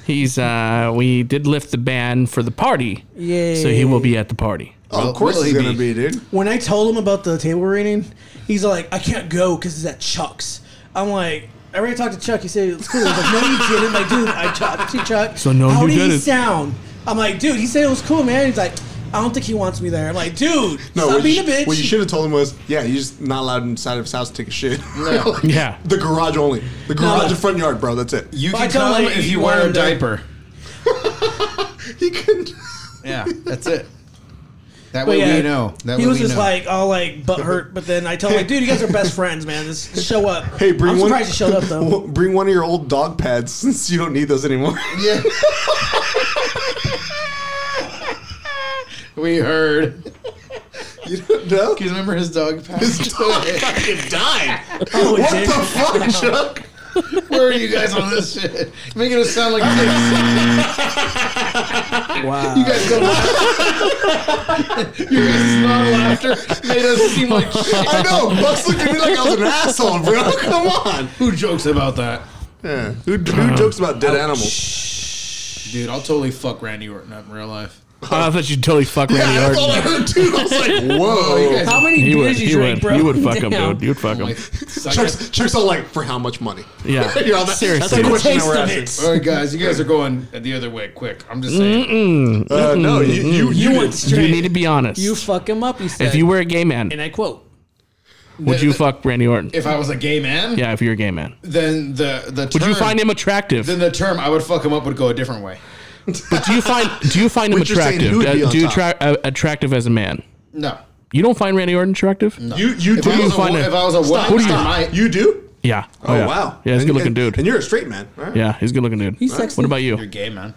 C: he's uh, we did lift the ban for the party.
E: Yay.
C: So he will be at the party.
A: Oh,
D: Will-
A: of course
D: will
A: it's
D: he
A: gonna be,
D: be?
A: dude.
E: When I told him about the table reading, he's like, I can't go because it's at Chuck's. I'm like, I already talked to Chuck. He said, it's cool. He's like, no, you didn't. I'm like, dude, I talked to Chuck.
C: So no,
E: How
C: you
E: did he
C: didn't.
E: sound? I'm like, dude, he said it was cool, man. He's like, I don't think he wants me there. I'm like, dude,
A: No,
E: stop
A: what you,
E: being a bitch.
A: what you should have told him was, yeah, you're just not allowed inside of his house to take a shit. <laughs> Like,
C: Yeah.
A: The garage only. The garage and front yard, bro. That's it.
D: You
E: But I
D: can
E: tell
D: come
E: like,
D: if you
E: you
D: wear a
E: learned that-
D: diaper.
A: He couldn't.
D: Yeah, that's it. That
E: But
D: way
E: yeah,
D: we know. That
E: he
D: way
E: was
D: we
E: just
D: know.
E: like all like butt hurt, but then I tell him like, dude, you guys are best friends, man. Just show up.
A: Hey, bring
E: I'm
A: one.
E: surprised you showed up
A: <laughs>
E: though.
A: w- Bring one of your old dog pads <laughs> since you don't need those anymore. <laughs>
D: yeah. we heard.
A: you don't know?
D: You remember his dog? Pat?
A: His dog fucking died.
E: Oh,
A: <laughs> what
E: shit.
A: the fuck, Chuck?
D: Where are you guys on this shit? Making us sound like dicks.
E: wow.
D: You guys don't laugh. <laughs> Your guys' snarl laughter made us seem like shit.
A: I know. Bucks looked at me like I was an asshole, bro. <laughs> Come on.
D: Who jokes about that?
A: Yeah. Who, who jokes about dead animals?
D: Dude, I'll totally fuck Randy Orton up in real life.
C: Oh, I thought you'd totally fuck Randy
A: <laughs> Yeah, that's all
C: Orton.
A: I heard too. I was like,
D: You
A: whoa.
D: guys
E: How many
C: He would,
E: beers you
C: he
E: drink,
C: would,
E: bro?
C: you would fuck him,
E: <laughs> Damn.
C: dude. You would fuck him.
D: like, suck
A: Chuck's, Chuck's all like, for how much money? <laughs>
C: Yeah.
A: You're all that, That's
C: Seriously.
A: the question
E: Taste
A: that we're
E: of
A: asking.
E: it.
D: All right, guys, you guys are going the other way quick. I'm just saying.
A: Uh, no, you, you, you,
E: You went
C: You
E: straight.
C: need to be honest.
E: You fuck him up. He said.
C: if you were a gay
E: and
C: man,
E: I quote,
C: would you fuck Randy Orton?
D: If I was a gay man,
C: Yeah, if you're a gay man.
D: then the the term,
C: Would you find him attractive?
D: then the term I would fuck him up would go a different way.
C: But do
A: <laughs>
C: you find do you find him
A: But you're saying
C: attractive?
A: who would be
C: Uh,
A: on
C: Do you
A: top?
C: tra- uh, attractive as a man?
D: No.
C: You don't find Randy Orton attractive?
A: you, you
D: If I,
A: do.
D: was a,
C: find
D: wo-
C: a-
D: if I was a woman,
A: Stop,
D: who do you
A: stop.
D: my,
A: You do?
C: Yeah.
A: Oh,
C: yeah.
A: wow.
C: Yeah, he's a
A: And-
C: good looking
A: and-
C: dude.
A: And you're a straight man. All right.
C: yeah, he's a good looking dude.
E: He's sexy.
C: What about
D: you're
C: you?
D: gay man.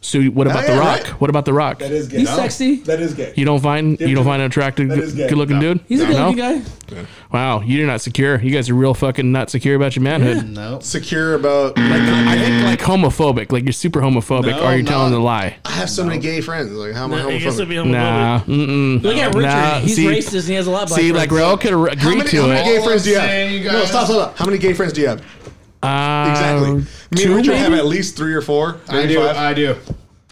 C: So what about
A: Oh, Yeah,
C: The
A: yeah,
C: Rock?
A: right.
C: What about The Rock?
D: is gay.
E: he's sexy.
A: That is gay.
C: You don't find you don't
A: to
C: find an attractive,
A: That is gay.
C: good looking dude.
E: He's a good
C: No?
E: looking guy.
C: Wow, you're not secure. You guys are real fucking not secure about your manhood.
D: No.
A: Secure about. Like, I think like
C: Like homophobic, like you're super homophobic,
D: No,
C: or you're
D: no.
C: telling a lie.
A: I have so many gay friends. Like how am I
E: I guess it'd
A: homophobic?
E: be homophobic.
C: Nah, mm-mm.
E: Look at Richard.
C: Nah,
E: he's
C: see-
E: racist and he has a lot of black
C: See, like
E: friends.
C: we all could ar-
A: How
C: agree
A: many, how
C: to
A: many
C: it.
A: gay
D: All
A: friends do you
D: I'm
A: have?
D: saying, you
A: no,
D: guys-
A: stop, stop, stop. How many gay friends do you have?
C: Um,
A: Exactly. Me and
C: two,
A: Richard have
C: maybe?
A: at least three or four. three
D: I
A: or
D: do.
A: five.
D: I do.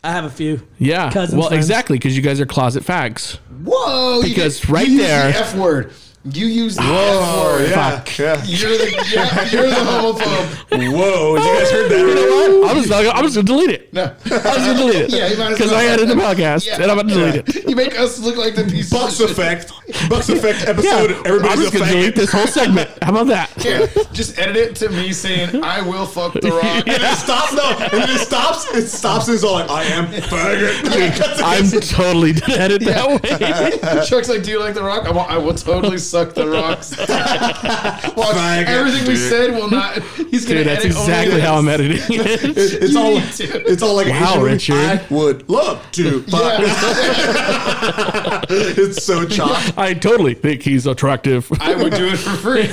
E: I have a few.
C: Yeah.
E: Cousin
C: well,
E: friends.
C: exactly, because you guys are closet fags.
D: Whoa! you
C: Because
D: did-
C: right
D: you
C: there-
D: use the F word. You use the F
A: Oh
D: word.
A: yeah,
C: Fuck.
A: yeah.
D: You're the yeah, you're the homophobe.
A: Whoa, you guys
C: <laughs>
A: heard that? right?
C: I'm just, I'm just gonna delete it.
D: No,
C: I was gonna delete it.
D: Yeah, you might as
C: because
D: well.
C: I added the podcast,
D: Yeah.
C: and I'm gonna delete it.
D: you make us look like the piece
A: Bucks
D: of shit.
A: effect. Bucks effect episode.
C: I'm
A: Everybody's
C: just
A: a
C: gonna delete
A: faggot.
C: this whole segment. How about that?
D: Here, just edit it to me saying I will fuck the rock.
A: And it stops. No, and then it stops. It stops. And it's all like, I am faggot. It <laughs> cuts it.
C: I'm totally dead that way.
D: Chuck's like, do you like the rock? I will, I will totally suck the
A: <laughs>
D: rocks.
A: Faggot.
D: Everything we said will not. He's gonna.
C: Dude, that's
D: edit only
C: exactly
D: this.
C: how I'm editing
A: <laughs>
C: it.
A: It's, it's
D: You
A: all.
D: need to.
A: It's all like
C: Wow,
A: Asian-
C: Richard.
A: I would love to. Fuck.
D: Yeah,
A: It's so Chuck.
C: I totally think he's attractive.
D: <laughs> I would do it for free.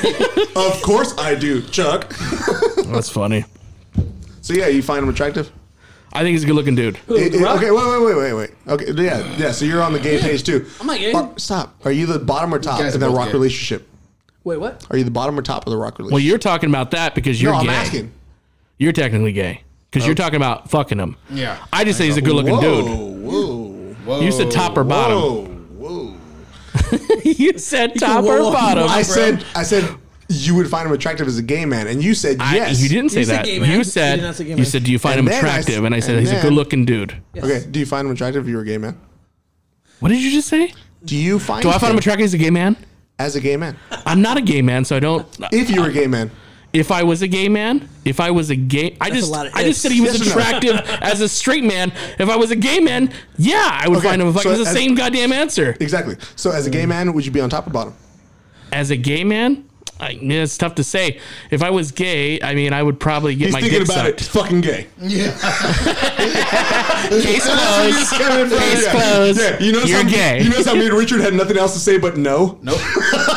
A: Of course I do, Chuck.
C: That's funny.
A: So yeah, you find him attractive.
C: I think he's a good looking dude.
A: It- it- okay, wait, wait, wait, wait, wait. Okay, yeah, yeah. So you're on the gay page too.
E: I'm not gay.
A: Are- stop. Are you the bottom or top
D: guys
A: in
D: are
A: the
D: both
A: rock
D: gay.
A: relationship?
E: Wait, what?
A: Are you the bottom or top of the rock
C: Well,
A: relationship?
C: you're talking about that because you're
A: no,
C: gay.
A: I'm asking. Oh.
C: You're technically gay because you're talking about fucking him.
D: Yeah.
C: I just say he's a good looking dude.
A: whoa,
D: Whoa.
C: You said top or bottom.
A: whoa, whoa.
C: <laughs>
A: <laughs>
C: you said top
E: whoa,
C: or
E: whoa,
C: bottom.
A: I said, I said, you would find him attractive as a gay man, and you said
C: I-
A: yes.
C: you didn't say
E: You said
C: that.
E: gay man.
C: You
E: You
C: said
E: did not say gay
C: you
E: man.
C: said do you find
A: And
C: him
A: then I s-
C: attractive? and I said
A: and
C: he's a
A: then-
C: good looking dude.
A: Okay. Do you find him attractive if you're a gay man?
C: What did you just say?
A: Do you find?
C: Do I find him
A: him
C: attractive as a gay man?
A: as a gay man?
C: I'm not a gay man, so I don't.
A: If you were a gay man,
C: If I was a gay man, if I was a gay, I just
E: lot of
C: I just
E: ifs.
C: said he was
A: Yes or no?
C: attractive as a straight man. If I was a gay man, yeah, I would
A: Okay,
C: find him. Fucking
A: so
C: it's the
A: as-
C: same goddamn answer.
A: exactly. So as a gay man, would you be on top or bottom?
C: As a gay man, I, yeah, it's tough to say. If I was gay, I mean, I would probably get my dick sucked.
A: Fucking
D: <laughs>
A: gay.
C: Case closed. Case
A: <laughs> Yeah.
C: closed.
A: Yeah, you know
C: You're
A: how,
C: gay.
A: You notice how me and Richard had nothing else to say but no.
D: Nope.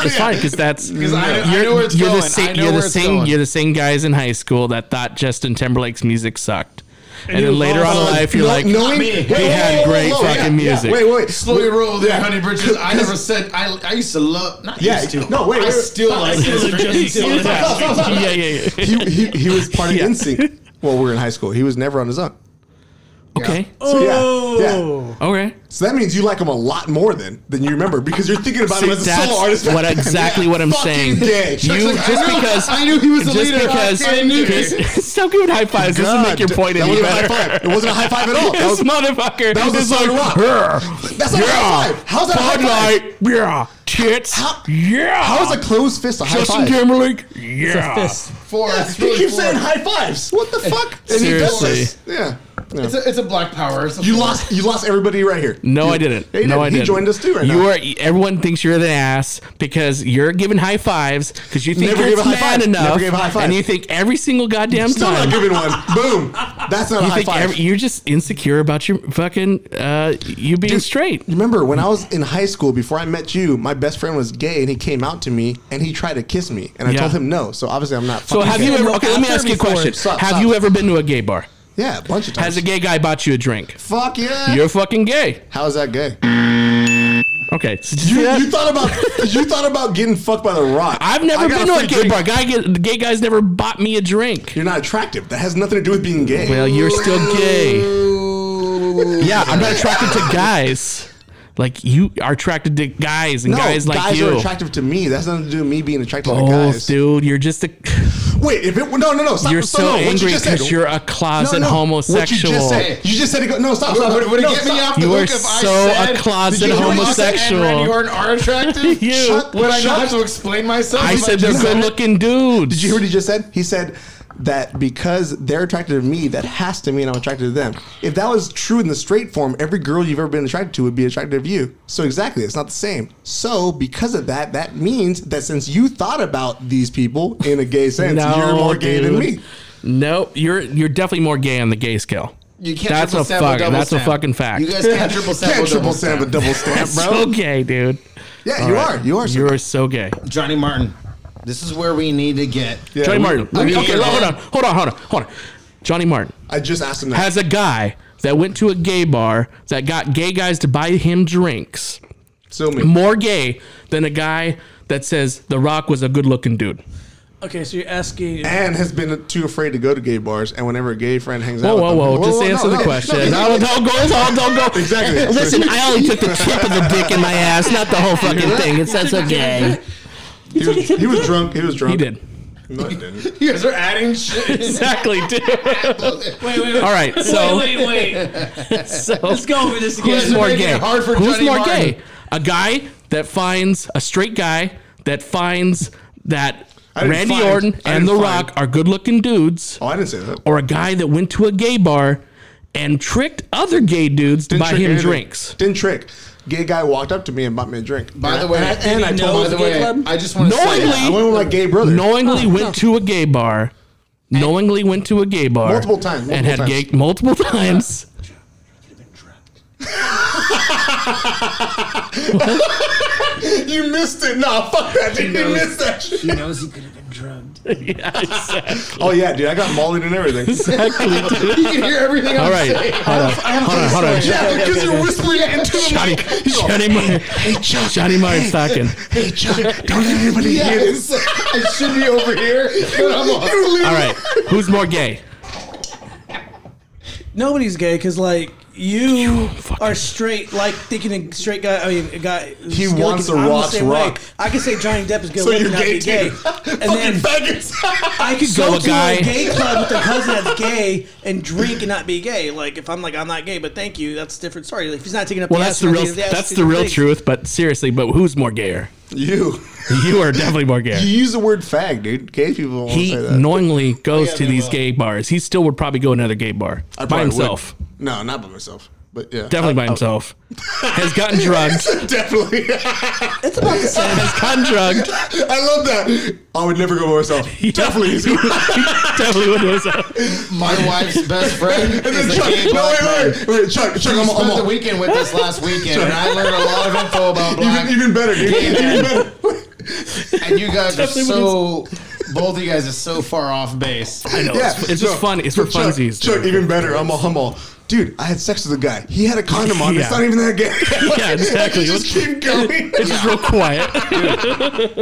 C: It's fine
A: <laughs>
C: because that's
D: Because I, I know where it's
C: you're
D: going.
C: the same.
D: I know
C: You're
D: where
C: the
D: it's
C: same.
D: going.
C: You're the same guys in high school that thought Justin Timberlake's music sucked, and,
E: you
C: then later on in
E: follow-
C: life you're
A: No-
C: like,
A: <laughs>
C: "Ah,
A: knowing
D: me.
A: Wait,
D: He
A: wait,
C: had
A: wait, wait,
C: great
A: wait, wait,
C: fucking
A: yeah, yeah.
C: music.
A: Wait, wait.
D: Slowly roll there, honey bridges. I never said I. I used to love. Not
A: Yeah,
D: used to.
A: no, wait,
D: I
A: wait.
D: still like this.
A: <laughs>
C: yeah, yeah, yeah.
A: He, he, he was part of
C: <laughs> Yeah.
A: NSYNC while we were in high school. He was never on his own.
C: Okay.
A: So, yeah, yeah.
E: Oh.
C: Okay.
A: So that means you like him a lot more than than you remember because you're thinking about
C: See,
A: him as a
C: that's
A: solo artist.
C: what exactly what I'm
A: <laughs> Fucking
C: saying.
A: gay. Chuck's
C: You
A: like, I
C: just
A: knew-
C: because
A: I knew he was the
C: just
A: leader.
C: because
A: I
C: <laughs>
A: knew
C: Just-
A: it.
C: stop giving high fives. This doesn't make your
A: God,
C: point
A: that
C: any
A: wasn't a high
C: better. <laughs>
A: five. It wasn't a high five at all. That
C: This
A: was,
C: motherfucker.
A: that was
C: is
A: a solid rock.
C: "Grr,
A: that's not a high five. How's that a high
C: Bud
A: five?
C: Light, yeah, tits,
A: How-
C: yeah.
A: How is a closed fist a high
C: Justin
A: five?
C: Timberlake? Yeah.
E: Fist.
D: Four. It's
A: He
D: really
A: keeps
D: four.
A: saying high fives. What the fuck? And he does
C: <laughs> Seriously.
A: this. Yeah. Yeah.
D: It's a, it's a black power. It's a
A: You
D: four.
A: lost. You lost everybody right here.
C: No,
A: You-
C: I didn't.
A: Yeah, you
C: no, I
A: He
C: didn't.
A: joined us too. Right
C: you
A: now.
C: are. Everyone thinks you're the ass because you're giving high fives because you think
A: Never
C: you're
A: gave a high
C: man
A: five.
C: enough,
A: Never gave a high five.
C: and you think every single goddamn
A: still
C: time.
A: not giving one.
C: <laughs>
A: Boom. That's not a
C: you
A: high
C: think
A: five.
C: every, you're just insecure about your fucking uh, you being straight.
A: Remember when I was in high school before I met you, my best friend was gay and he came out to me and he tried to kiss me and I
C: Yeah.
A: told him no. So obviously I'm not.
C: So
A: fucking
C: have
A: gay.
C: you ever? Okay, let me
A: After
C: ask you a
A: before-
C: question.
A: Stop,
C: have
A: stop.
C: you ever been to a gay bar?
A: Yeah, a bunch of times.
C: Has a gay guy bought you a drink?
A: Fuck yeah.
C: You're fucking gay.
A: How is that gay?
C: Okay. So did you
A: You,
C: see that?
A: you thought about you thought about getting fucked by the rock.
C: I've
A: I
C: never
A: got
C: been to a
A: free
C: gay
A: drink.
C: bar. Guy, get- gay guys never bought me a drink.
A: You're not attractive. That has nothing to do with being gay.
C: Well, you're still gay. Yeah, I'm not attracted to guys. Like you are attracted to guys and
A: No,
C: guys
A: guys,
C: like you.
A: are attractive to me. That's nothing to do with me being attracted
C: Both,
A: to guys.
C: dude. You're just a.
A: Wait, if it no no no stop.
C: You're
A: no,
C: so
A: no, what you
C: angry
A: just said.
C: because you're a closet
A: What
C: homosexual.
A: you just said. You just said it. Go, no,
D: <laughs>
A: stop. stop
D: Would, would it
A: no,
D: get me
A: stop.
D: off the
C: You are
D: hook if I
C: so
D: said
C: a closet
D: Did you know
C: homosexual.
D: Lisa and Randy Orton are
C: <laughs>
D: attractive?
C: You.
A: Shut-
D: Would I not have
A: shut-
D: to explain myself?
C: I
D: if
C: said they're
D: just
C: good
D: it?
C: looking dudes.
A: Did you hear what he just said? He said that because they're attracted to me, that has to mean I'm attracted to them. If that was true in the straight form, every girl you've ever been attracted to would be attracted to you. So exactly, it's not the same. So because of that, that means that since you thought about these people in a gay sense, you're more gay than
C: dude.
A: me.
C: No, you're you're definitely more gay on the gay scale.
D: You can't
C: That's
D: triple
C: a
D: stamp or
C: fuck.
D: double
C: That's
D: stamp.
C: a fucking fact.
D: You guys can't triple
A: <laughs>
D: stamp.
A: Can't
D: or
A: triple
D: double
A: stamp a
D: stamp.
A: double stamp,
C: so
A: bro.
C: gay, dude.
A: Yeah, you are. You are. so
C: You are so gay.
D: Johnny Martin. This is where we need to get.
A: Yeah,
C: Johnny
A: we-
C: Martin.
A: I mean,
C: okay,
A: yeah.
C: hold on, hold on, hold on, hold on. Johnny Martin
A: I just asked him that.
C: has a guy that went to a gay bar that got gay guys to buy him drinks.
A: so me.
C: More gay than a guy that says The Rock was a good looking dude.
E: Okay, so you're asking.
A: and has been too afraid to go to gay bars. And whenever a gay friend hangs
C: Whoa,
A: out,
C: whoa,
A: with
C: whoa!
A: them,
C: Just answer
A: no,
C: the
A: no,
C: question.
A: no,
C: No, don't go. Don't, don't go.
A: Exactly.
C: Listen, I only took the tip of the dick in my ass, not the whole fucking thing. It's that's so gay.
A: he, was, he was drunk. He was drunk.
C: He did
A: No, he didn't.
D: You guys are
A: <laughs>
D: adding shit.
C: exactly, dude.
E: Wait, wait, wait.
C: All right, so
E: Wait, wait, wait. <laughs>
C: so
E: Let's go over this again.
C: who's more
D: making
C: gay?
D: it hard for
C: who's
D: Johnny
C: more
D: Martin?
C: gay? A guy that finds a straight guy that finds that
A: I didn't
C: Randy
A: find-
C: Orton
A: I
C: and The
A: didn't
C: Rock
A: find.
C: are good-looking dudes,
A: Oh, I didn't say that.
C: or a guy that went to a gay bar and tricked other gay dudes to
A: Didn't
C: buy
A: trick
C: him
A: anything.
C: drinks.
A: Didn't trick. Gay guy walked up to me and bought me a drink.
D: By
A: and
D: the
A: I-
D: way,
A: and I,
D: did
A: and
D: he
A: I
D: know
A: told
D: by the
A: him,
D: way, I just want to say
C: Knowingly-
A: I went with my gay brother.
C: Knowingly went to a gay bar. Knowingly went to a gay bar
A: Multiple times,
C: and
A: multiple
C: had
A: times.
C: gay multiple times.
A: you missed it. Nah, fuck that. Dude. You missed that. shit.
E: He knows he could have been drugged.
C: Yeah, exactly,
A: Oh yeah, dude. I got mauled and everything.
C: <laughs> exactly, dude.
D: <laughs> You can hear everything
C: All
D: I'm
C: right,
D: saying.
C: hold on, hold on, hold on.
A: yeah, because you're whispering it into the <laughs>
C: Johnny,
A: mic.
D: <laughs>
A: You go,
C: Johnny Martin, Johnny Martin talking.
A: Hey, John, don't let anybody hear this.
D: Yes. <laughs> I should be over here. But I'm off.
C: All right, who's more gay?
E: Nobody's gay because, like, you,
C: fucking-
E: are straight, like, thinking a straight guy, I mean, a guy. who's
A: He
E: good
A: wants
E: looking,
A: a
E: I'm the
A: Ross
E: same way.
A: Rock.
E: I could say Johnny Depp is good
A: So
E: looking,
A: you're
E: not
A: gay
E: be gay.
A: too.
C: <laughs>
E: And
A: Fucking
E: then
A: faggots.
E: I could
C: So
E: go
C: a
E: to
C: guy-
E: a gay club with a cousin that's gay and drink and not be gay. Like, if I'm like, I'm not gay, but thank you, that's a different story. Like, if he's not taking up
C: Well,
E: the
C: that's
E: ass
C: the
E: for
C: real,
E: the ass,
C: that's
E: two
C: the real
E: things.
C: truth. But seriously, but who's more gayer?
A: You.
C: You are definitely more gay.
A: You use the word fag, dude. Gay people won't
C: He
A: say that.
C: knowingly goes
D: yeah,
C: to
D: they
C: these
D: will.
C: gay bars. He still would probably go to another gay bar
A: I
C: by
A: probably
C: himself.
A: would. No, not by myself. But yeah. <laughs>
C: Definitely by himself. Has gotten <laughs> drugged.
A: Definitely.
E: It's about the same.
C: Has gotten drugged.
A: I love that. I would never go by myself. <laughs> Definitely.
C: He <laughs> definitely would do himself.
D: My wife's best friend
A: And then
D: is a
A: Chuck,
D: gay
A: no,
D: black man.
A: wait, wait, wait, Chuck, Chuck,
D: I
A: I'm,
D: spent the
A: I'm
D: weekend with us last weekend, and I learned a lot of info about
A: <laughs>
D: black.
A: even, even better, dude.
D: gay
A: Even
D: men.
A: better.
D: and you guys are
C: Definitely
D: so <laughs> both of you guys are so far off base.
C: I know. It's, it's just fun. It's for
A: Chuck,
C: funsies.
A: Chuck,
C: dude.
A: even better. I'm a humble. dude, I had sex with a guy. He had a condom on.
C: Yeah.
A: It's not even that gay.
C: <laughs>
A: <laughs>
C: Yeah, exactly.
A: It just keep going.
C: It's just real quiet.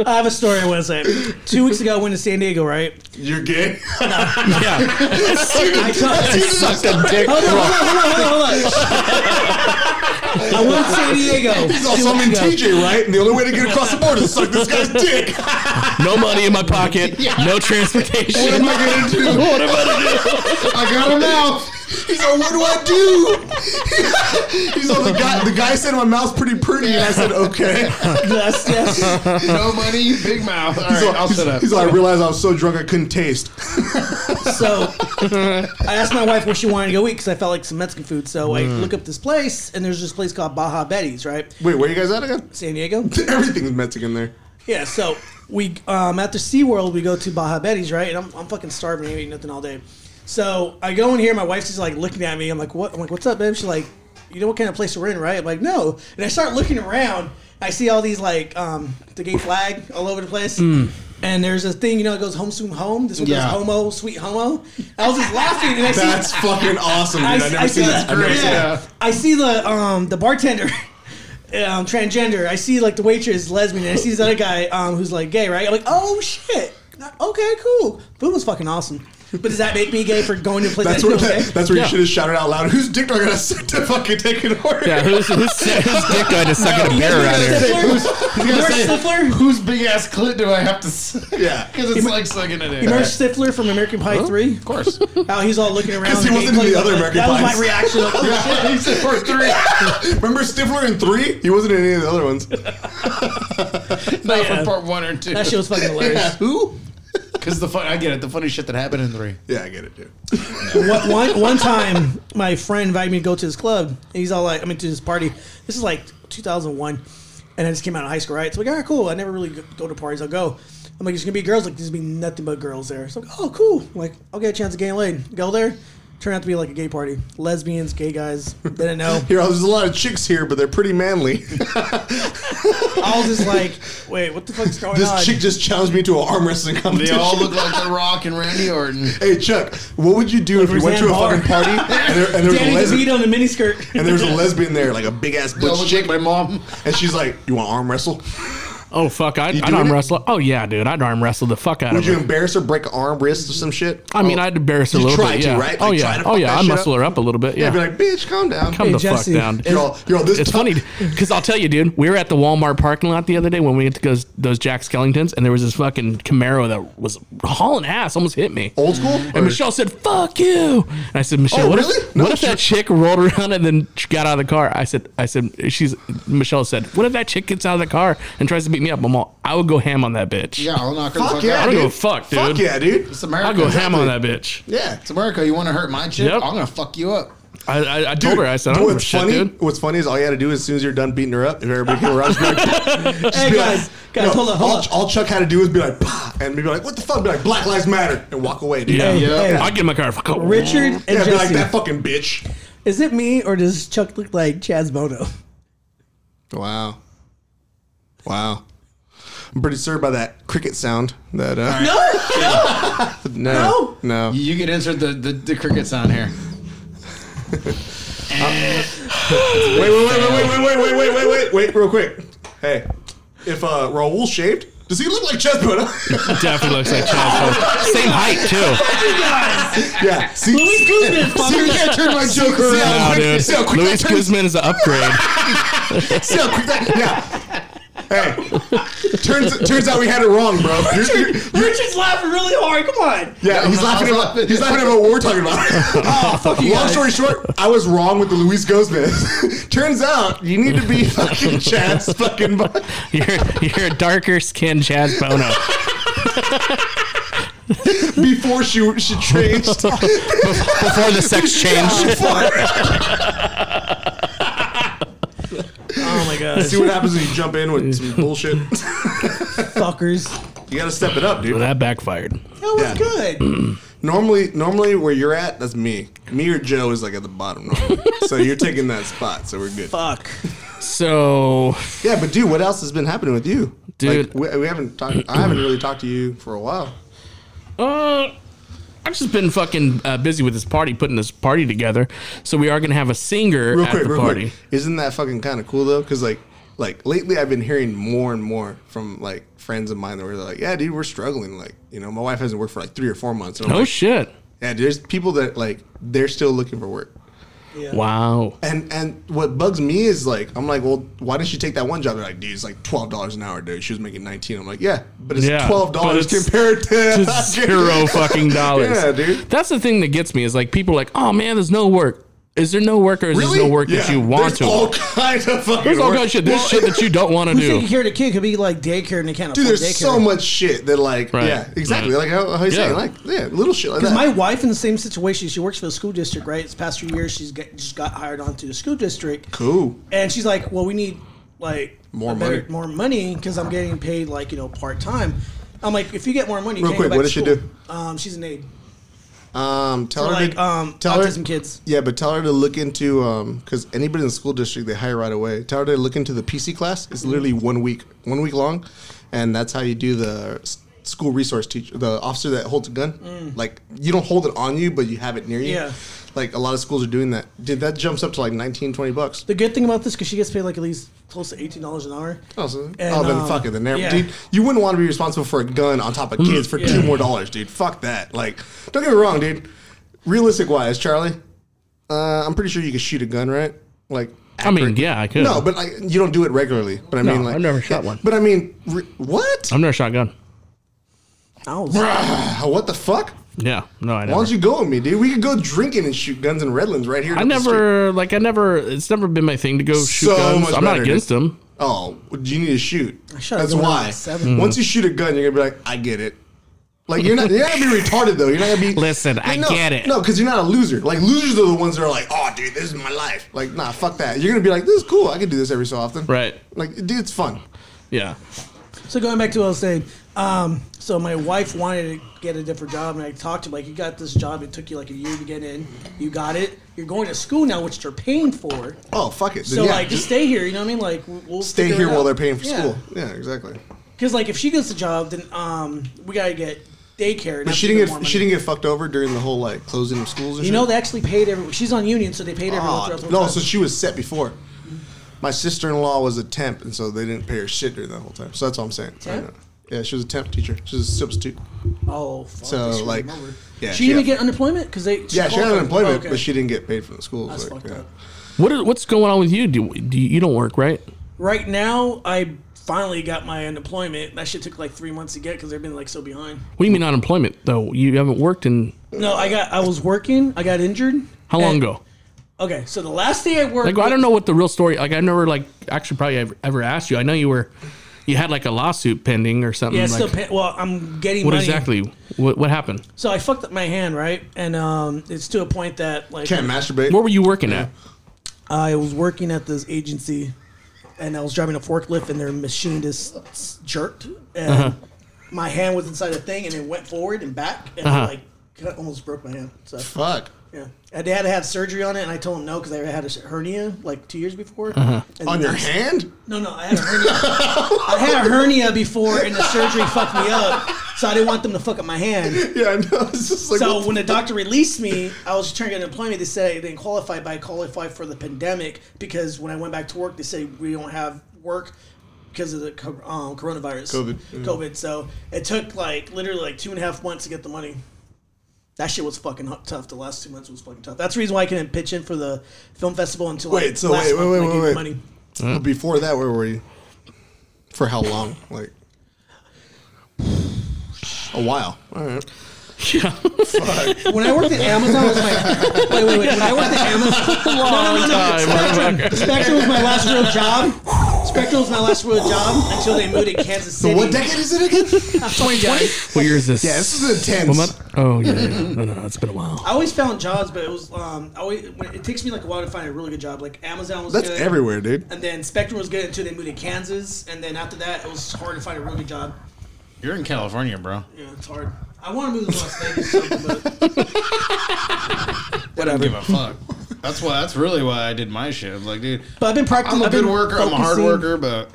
E: I have a story I want to say. Two weeks ago, I went to San Diego, right?
A: You're gay.
C: <laughs>
A: <laughs>
C: yeah.
E: I took-
A: Sucked a dick.
E: Oh, Hold on, hold on, hold on, hold
C: <laughs>
E: on. I went to San Diego.
A: He's also I'm in TJ, right? And the only way to get across the border is to suck this guy's dick.
C: No money
A: <laughs>
C: in my pocket. No
A: What am
C: transportation.
A: I gonna do? What am I gonna do? I got him out. He's like, what do I do? <laughs> He's like, the guy. The guy said my mouth's pretty pretty, and I said, okay.
E: Yes, yes.
D: no money, big mouth. All
A: He's
D: right,
A: like,
D: I'll sit up.
A: he's like, I realized I was so drunk I couldn't taste.
E: So I asked my wife what she wanted to go eat because I felt like some Mexican food. So I look up this place, and there's this place called Baja Betty's, right?
A: Wait, where you guys at again? <laughs>
E: San Diego.
A: Everything's Mexican there.
E: Yeah, so we um, after SeaWorld, we go to Baja Betty's, right? And I'm, I'm fucking starving. I ain't eating nothing all day. So I go in here. My wife's just like looking at me. I'm like, what? I'm like, what's up, babe? She's like, you know what kind of place we're in, right? I'm like, no. And I start looking around. I see all these like um, the gay flag all over the place. And there's a thing, you know, it goes home soon home. This one
D: Yeah.
E: goes homo, sweet homo. I was just laughing, and I see
A: That's fucking awesome, dude.
E: I,
A: I, never
E: I see
A: seen that.
E: the, yeah. I see the um the bartender. <laughs> Um, transgender. I see like the waitress lesbian, and I see this other guy um, who's like gay, right? I'm like, oh shit. Okay, cool. Food was fucking awesome. But does that make me gay for going to a place
A: That's
E: that's <laughs>
A: where
E: no gay?
A: that's where
C: Yeah.
A: you should have shouted out loud. Whose dick do I gotta <laughs> suck to fucking take an order?
C: Yeah, who's, who's, who's dick going to <laughs> suck at a bear out here?
E: Stifler? You remember Stifler?
D: Whose big ass clit do I have
A: <laughs>
D: to? <laughs>
A: Yeah.
D: because it's like sucking it in.
E: You remember Stifler from American Pie 3?
D: Of course.
E: How he's all looking around.
A: <laughs> 'Cause he
E: and
A: wasn't in
E: gay
A: the other
E: plays,
A: American
E: That was my
A: Pies.
E: reaction. Like, oh,
D: <laughs>
E: shit.
D: he said for
A: <laughs>
D: three.
A: Remember Stifler in three? He wasn't in any of the other ones.
D: Not
E: Yeah.
D: for part one or two.
E: That shit
A: <laughs>
E: was fucking hilarious.
A: Who?
D: Because the fun, I get it. The funny shit that happened in three.
A: Yeah, I get it, dude.
E: one, one, one time, my friend invited me to go to his club, and he's all like, I mean, to his party. This is like 2001, and I just came out of high school, right? So, like, all right, cool. I never really go- go to parties. I'll go. I'm like, it's gonna be girls. Like, there's gonna be nothing but girls there. So, I'm like, oh, cool. I'm like, I'll get a chance to get laid. Go there. Turned out to be like a gay party. Lesbians, gay guys.
A: <laughs>
E: Didn't know.
A: Here, there's a lot of chicks here, but they're pretty manly. <laughs>
E: I was just like, wait, what the fuck's going
A: This
E: on?
A: chick just challenged me to an arm wrestling
D: They
A: competition.
D: all look like The Rock and Randy Orton.
A: <laughs> hey, Chuck, what would you do if you went to a
E: Roseanne
A: fucking party and there, and there was a
E: Danny
A: lesbian?
E: DeVito in a miniskirt.
A: And
E: <laughs>
A: there was a lesbian there, like a big ass
D: They all
A: butch
D: look like
A: chick,
D: my mom.
A: and she's like, "You want to arm wrestle?
C: Oh, fuck. I'd, I'd
A: doing
C: arm
A: it?
C: wrestle. Oh, yeah, dude. I'd arm wrestle the fuck out
A: Would
C: of
A: you
C: her.
A: embarrass her, break an arm, wrist, or some shit?" Oh.
C: I mean, I'd embarrass her a
A: You
C: little
A: tried
C: bit.
A: to,
C: yeah.
A: right?
C: Oh,
A: Like,
C: yeah.
A: try to
C: oh,
A: fuck
C: yeah.
A: that
C: I
A: shit
C: muscle her up a little bit.
A: I'd be
C: Yeah.
A: like, "Bitch, calm down."
C: Come
E: Hey,
C: the
E: Jesse.
C: fuck down.
A: You're all, you're all this.
C: It's
A: tough-
C: funny because I'll tell you, dude. We were at the Walmart parking lot the other day when we went to those, those Jack Skellingtons, and there was this fucking Camaro that was hauling ass, almost hit me.
A: Old school?
C: And Michelle said, "Fuck you." And I said, "Michelle,
A: Oh,
C: what
A: really?
C: if
A: No,
C: what if that chick rolled around and then she got out of the car?" I said, "I said she's." Michelle said, "What if that chick gets out of the car and tries to beat me up?" I'm all, I would go ham on that bitch.
D: Yeah, I'll knock her the
A: Fuck
D: fuck
A: yeah,
D: out.
C: I don't
A: dude.
C: give a fuck, dude.
A: Fuck yeah, dude.
D: It's America.
C: I'll go ham on
D: exactly.
C: that bitch.
A: Yeah.
D: It's America. You want to hurt my chick?
C: Yep.
D: I'm gonna fuck you up.
C: I, I, I told her. I said, "I don't give a
A: what's
C: shit,
A: funny?
C: dude."
A: What's funny is all you had to do is as soon as you're done beating her up, if
C: <laughs>
A: everybody came around, just be like,
E: Hey,
A: be
E: guys,
A: like,
E: guys,
A: no,
E: hold on, hold
A: all,
E: on.
A: all Chuck had to do was be like, "Pah," and be like, "What the fuck?" Be like, "Black Lives Matter," and walk away, dude.
E: Hey,
D: Yeah.
E: hey,
C: I get in my car. Fuck off.
E: Richard and
A: Yeah, be like
E: Jesse.
A: that fucking bitch.
E: Is it me or does Chuck look like Chaz
A: <laughs>
E: Bono?
A: Wow, wow. I'm pretty sure by that cricket sound. That uh, no, no,
D: You can insert the the, the cricket sound here.
A: Wait, wait, wait, wait, wait, wait, wait, wait, wait, wait, wait, real quick. Hey, if uh, Raul shaved, does he look like Chess Buddha?
C: Definitely looks like Chaz. Bono. Same height
A: <laughs>
C: too.
A: yeah. See,
E: Louis Guzman,
A: See, we can't turn
D: <laughs>
A: my joke around.
C: Wow,
A: Quick-
C: dude.
A: See how quick that
C: Luis
A: turns-
C: Guzman is an upgrade.
A: See how quick that? Yeah. Hey, turns turns out we had it wrong, <laughs> bro. You're- you're-
E: Richard's laughing really hard. Come on.
A: yeah, he's laughing Oh, about he's laughing about what we're talking <laughs> about. Long story short, I was wrong with the Luis Guzman. <laughs> turns out you need to <laughs> be fucking Chad's fucking. bu-
C: You're you're a darker skinned Chaz Bono.
A: before she she <laughs> changed.
C: before
A: <laughs>
C: the sex change.
E: Oh my god.
A: See what happens when you jump in with some bullshit.
E: Fuckers.
A: You gotta step it up, dude.
C: That backfired.
E: That was
A: Yeah. <clears throat>
E: good.
A: Normally, normally where you're at, that's me. Me or Joe is like at the bottom. Normally. so you're taking that spot, so we're good.
E: Fuck.
C: So
A: Yeah, but dude, what else has been happening with you,
C: Dude.
A: Like, we, we haven't talked. I haven't really talked to you for a while.
C: uh I've just been fucking uh, busy with this party, putting this party together. So we are gonna have a singer
A: real
C: at
A: quick,
C: the
A: real
C: party.
A: quick. Isn't that fucking kind of cool though? Because like, like lately, I've been hearing more and more from like friends of mine that were like, "Yeah, dude, we're struggling." Like, you know, my wife hasn't worked for like three or four months. And I'm
C: Oh
A: like,
C: shit!
A: yeah, there's people that like they're still looking for work.
C: Wow.
A: And and what bugs me is like, I'm like, well, why didn't you take that one job? They're like, dude, it's like twelve dollars an hour, dude. She was making nineteen. I'm like, yeah, but it's
C: Yeah,
A: twelve dollars
C: but it's
A: compared to, <laughs>
C: to zero fucking dollars.
A: Yeah, dude.
C: That's the thing that gets me is like people are like, oh man, there's no work. Is there no work or is
A: Really?
C: there no work that
A: Yeah.
C: you want
A: There's
C: to?
A: all
C: work?
A: kinds of fucking.
C: There's all
A: work.
C: kind of shit. There's
A: Well,
C: shit that you don't
A: <laughs>
C: want to
E: Who's taking
C: do.
E: care of the kid could be like daycare and they can't
A: Dude,
E: afford
A: there's
E: daycare.
A: so much shit that like
C: Right.
A: yeah exactly like how, how you
C: Yeah.
A: saying like yeah little shit like that.
E: Because my wife in the same situation, she works for the school district, right? It's past few years, she's got, just got hired onto the school district,
A: cool.
E: and she's like, "Well, we need like
A: More
E: a better-
A: money.
E: more money, because I'm getting paid like you know part time." I'm like, "If you get more money, you
A: Real
E: can't go
A: quick, what
E: back to
A: does she
E: school."
A: do?
E: Um, she's an aide.
A: Um, tell
E: Or,
A: her
E: like
A: to,
E: um,
A: tell
E: autism
A: her,
E: kids.
A: Yeah, but tell her to look into um because anybody in the school district they hire right away. Tell her to look into the PC class. It's literally one week, one week long, and that's how you do the s- school resource teacher, the officer that holds a gun. Like you don't hold it on you, but you have it near you.
E: Mm. Yeah.
A: Like a lot of schools are doing that. Dude, that jumps up to like 19, 20 bucks.
E: The good thing about this, because she gets paid like at least close to eighteen dollars an hour.
A: Oh, so-
E: And,
A: oh, then
E: um,
A: fuck it. Then never,
E: yeah.
A: dude, you wouldn't want to be responsible for a gun on top of
C: Hmm.
A: kids for two more dollars, dude. Fuck that. Like, don't get me wrong, dude. Realistic wise, Charlie, uh, I'm pretty sure you could shoot a gun, right? Like,
C: I mean, yeah, I could.
A: no, but like, you don't do it regularly. But I
C: No,
A: mean, like,
C: I've never shot one.
A: But I mean, re- what?
C: I've never shotgun.
E: Oh,
A: Ah, what the fuck?
C: Yeah, no, I
A: Why
C: never.
A: don't you go with me, dude? We could go drinking and shoot guns in Redlands right here.
C: I
A: up the street.
C: never like I never. It's never been my thing to go shoot
A: So
C: guns.
A: much
C: I'm not
A: better,
C: against
A: dude.
C: them.
A: Oh, you need to shoot.
E: shot a
A: That's
E: gun when I
A: why.
E: was seven.
A: Once you shoot a gun, you're gonna be like, I get it. Like you're not, you're not gonna be retarded though. You're not gonna be.
C: Listen,
A: Like,
C: I
A: no,
C: get it.
A: No, because you're not a loser. Like losers are the ones that are like, oh, dude, this is my life. Like, nah, fuck that. You're gonna be like, this is cool. I can do this every so often.
C: Right.
A: Like, dude, it's fun.
C: Yeah.
E: So going back to what I was saying, um, so my wife wanted to get a different job, and I talked to her like, "You got this job. It took you like a year to get in. You got it. You're going to school now, which they're paying for.
A: Oh, fuck it. Then,
E: So
A: yeah,
E: like, just stay here. You know what I mean? Like, we'll- we'll
A: stay
E: figure
A: here
E: it
A: while
E: out.
A: they're paying for
E: Yeah.
A: school. Yeah, exactly.
E: Because like, if she gets the job, then um, we gotta get daycare.
A: But
E: and that's
A: she didn't
E: even more
A: get
E: money.
A: she didn't get fucked over during the whole like closing of schools. Or
E: You know, they actually paid every. She's on union, so they paid everyone
A: Oh,
E: throughout the
A: no,
E: whole
A: so
E: time.
A: she was set before. My sister in law was a temp, and so they didn't pay her shit during that whole time. So that's all I'm saying.
E: Temp?
A: I know. Yeah, she was a temp teacher. She was a substitute.
E: oh, fuck,
A: so,
E: I should've
A: like,
E: remembered.
A: yeah,
E: she
A: she
E: didn't
A: had-
E: get unemployment because they.
A: Yeah, she had
E: qualified.
A: unemployment,
E: Oh, okay.
A: but she didn't get paid from the school.
E: That's
A: so,
E: fucked
A: yeah.
E: up.
C: What is, what's going on with you? Do, do you don't work right?
E: Right now, I finally got my unemployment. That shit took like three months to get because they've been like so behind.
C: What do you mean unemployment though? You haven't worked in
E: No, I got. I was working. I got injured.
C: how
A: Eh,
C: long
E: And-
C: ago?
E: Okay, so the last day I worked.
C: Like I don't know what the real story. Like I never like actually probably ever, ever asked you. I know you were you had like a lawsuit pending or something.
E: Yeah, it's
C: like,
E: still. Pay, well, I'm getting
C: What
E: money.
C: exactly? What what happened?
E: So I fucked up my hand, right? And um, it's to a point that like
A: Can't masturbate.
C: Where were you working at?
E: I was working at this agency, and I was driving a forklift, and their machine just s- jerked, and
C: Uh-huh.
E: my hand was inside a thing, and it went forward and back, and
C: Uh-huh.
E: I, like kinda almost broke my hand. So
A: Fuck.
E: yeah, and they had to have surgery on it, and I told them no because I had a hernia like two years before. And
A: Uh-huh. On your
E: they-
A: hand?
E: No, no, I had
A: <laughs>
E: a hernia. I had a hernia before, and the surgery fucked me up, so I didn't want them to fuck up my hand.
A: Yeah, I know. <laughs> It's just like.
E: So
A: what
E: when the doctor released me, I was trying to get employment. They said I didn't qualify, but I qualified for the pandemic because when I went back to work, they said we don't have work because of the co- um, coronavirus,
A: COVID, yeah.
E: COVID. So it took like literally like two and a half months to get the money. That shit was fucking hu- tough. The last two months was fucking tough. That's the reason why I couldn't pitch in for the film festival until like
A: Wait, so
E: last
A: wait, wait,
E: month when I
A: wait,
E: gave
A: wait,
E: money.
A: the- Before that, where were you? For how long? Like. A while. All right.
C: Yeah.
E: When I
D: <laughs>
E: worked at Amazon, it was my wait, wait, wait. When I worked at Amazon, no, no, no, no. Spectrum, Spectrum was my last real job. Spectrum was my last real job until they moved to Kansas City.
A: So what decade is it again?
C: what year is this?
A: Yeah, this is intense.
C: What month? Oh yeah, yeah. No, no, no, it's been a while.
E: I always found jobs, but it was um, I always when- it takes me like a while to find a really good job. Like Amazon was
A: That's
E: good,
A: everywhere, dude.
E: and then Spectrum was good until they moved to Kansas, and then after that, it was hard to find a really good job.
D: You're in California, bro.
E: You know, it's hard. I want to move to Las Vegas, so- but
A: <laughs>
D: Give a fuck. That's why. That's really why I did my shit. I'm like, dude,
E: but I've been practicing.
D: I'm a
E: I've been
D: good worker. I'm a hard
E: focusing-
D: worker, but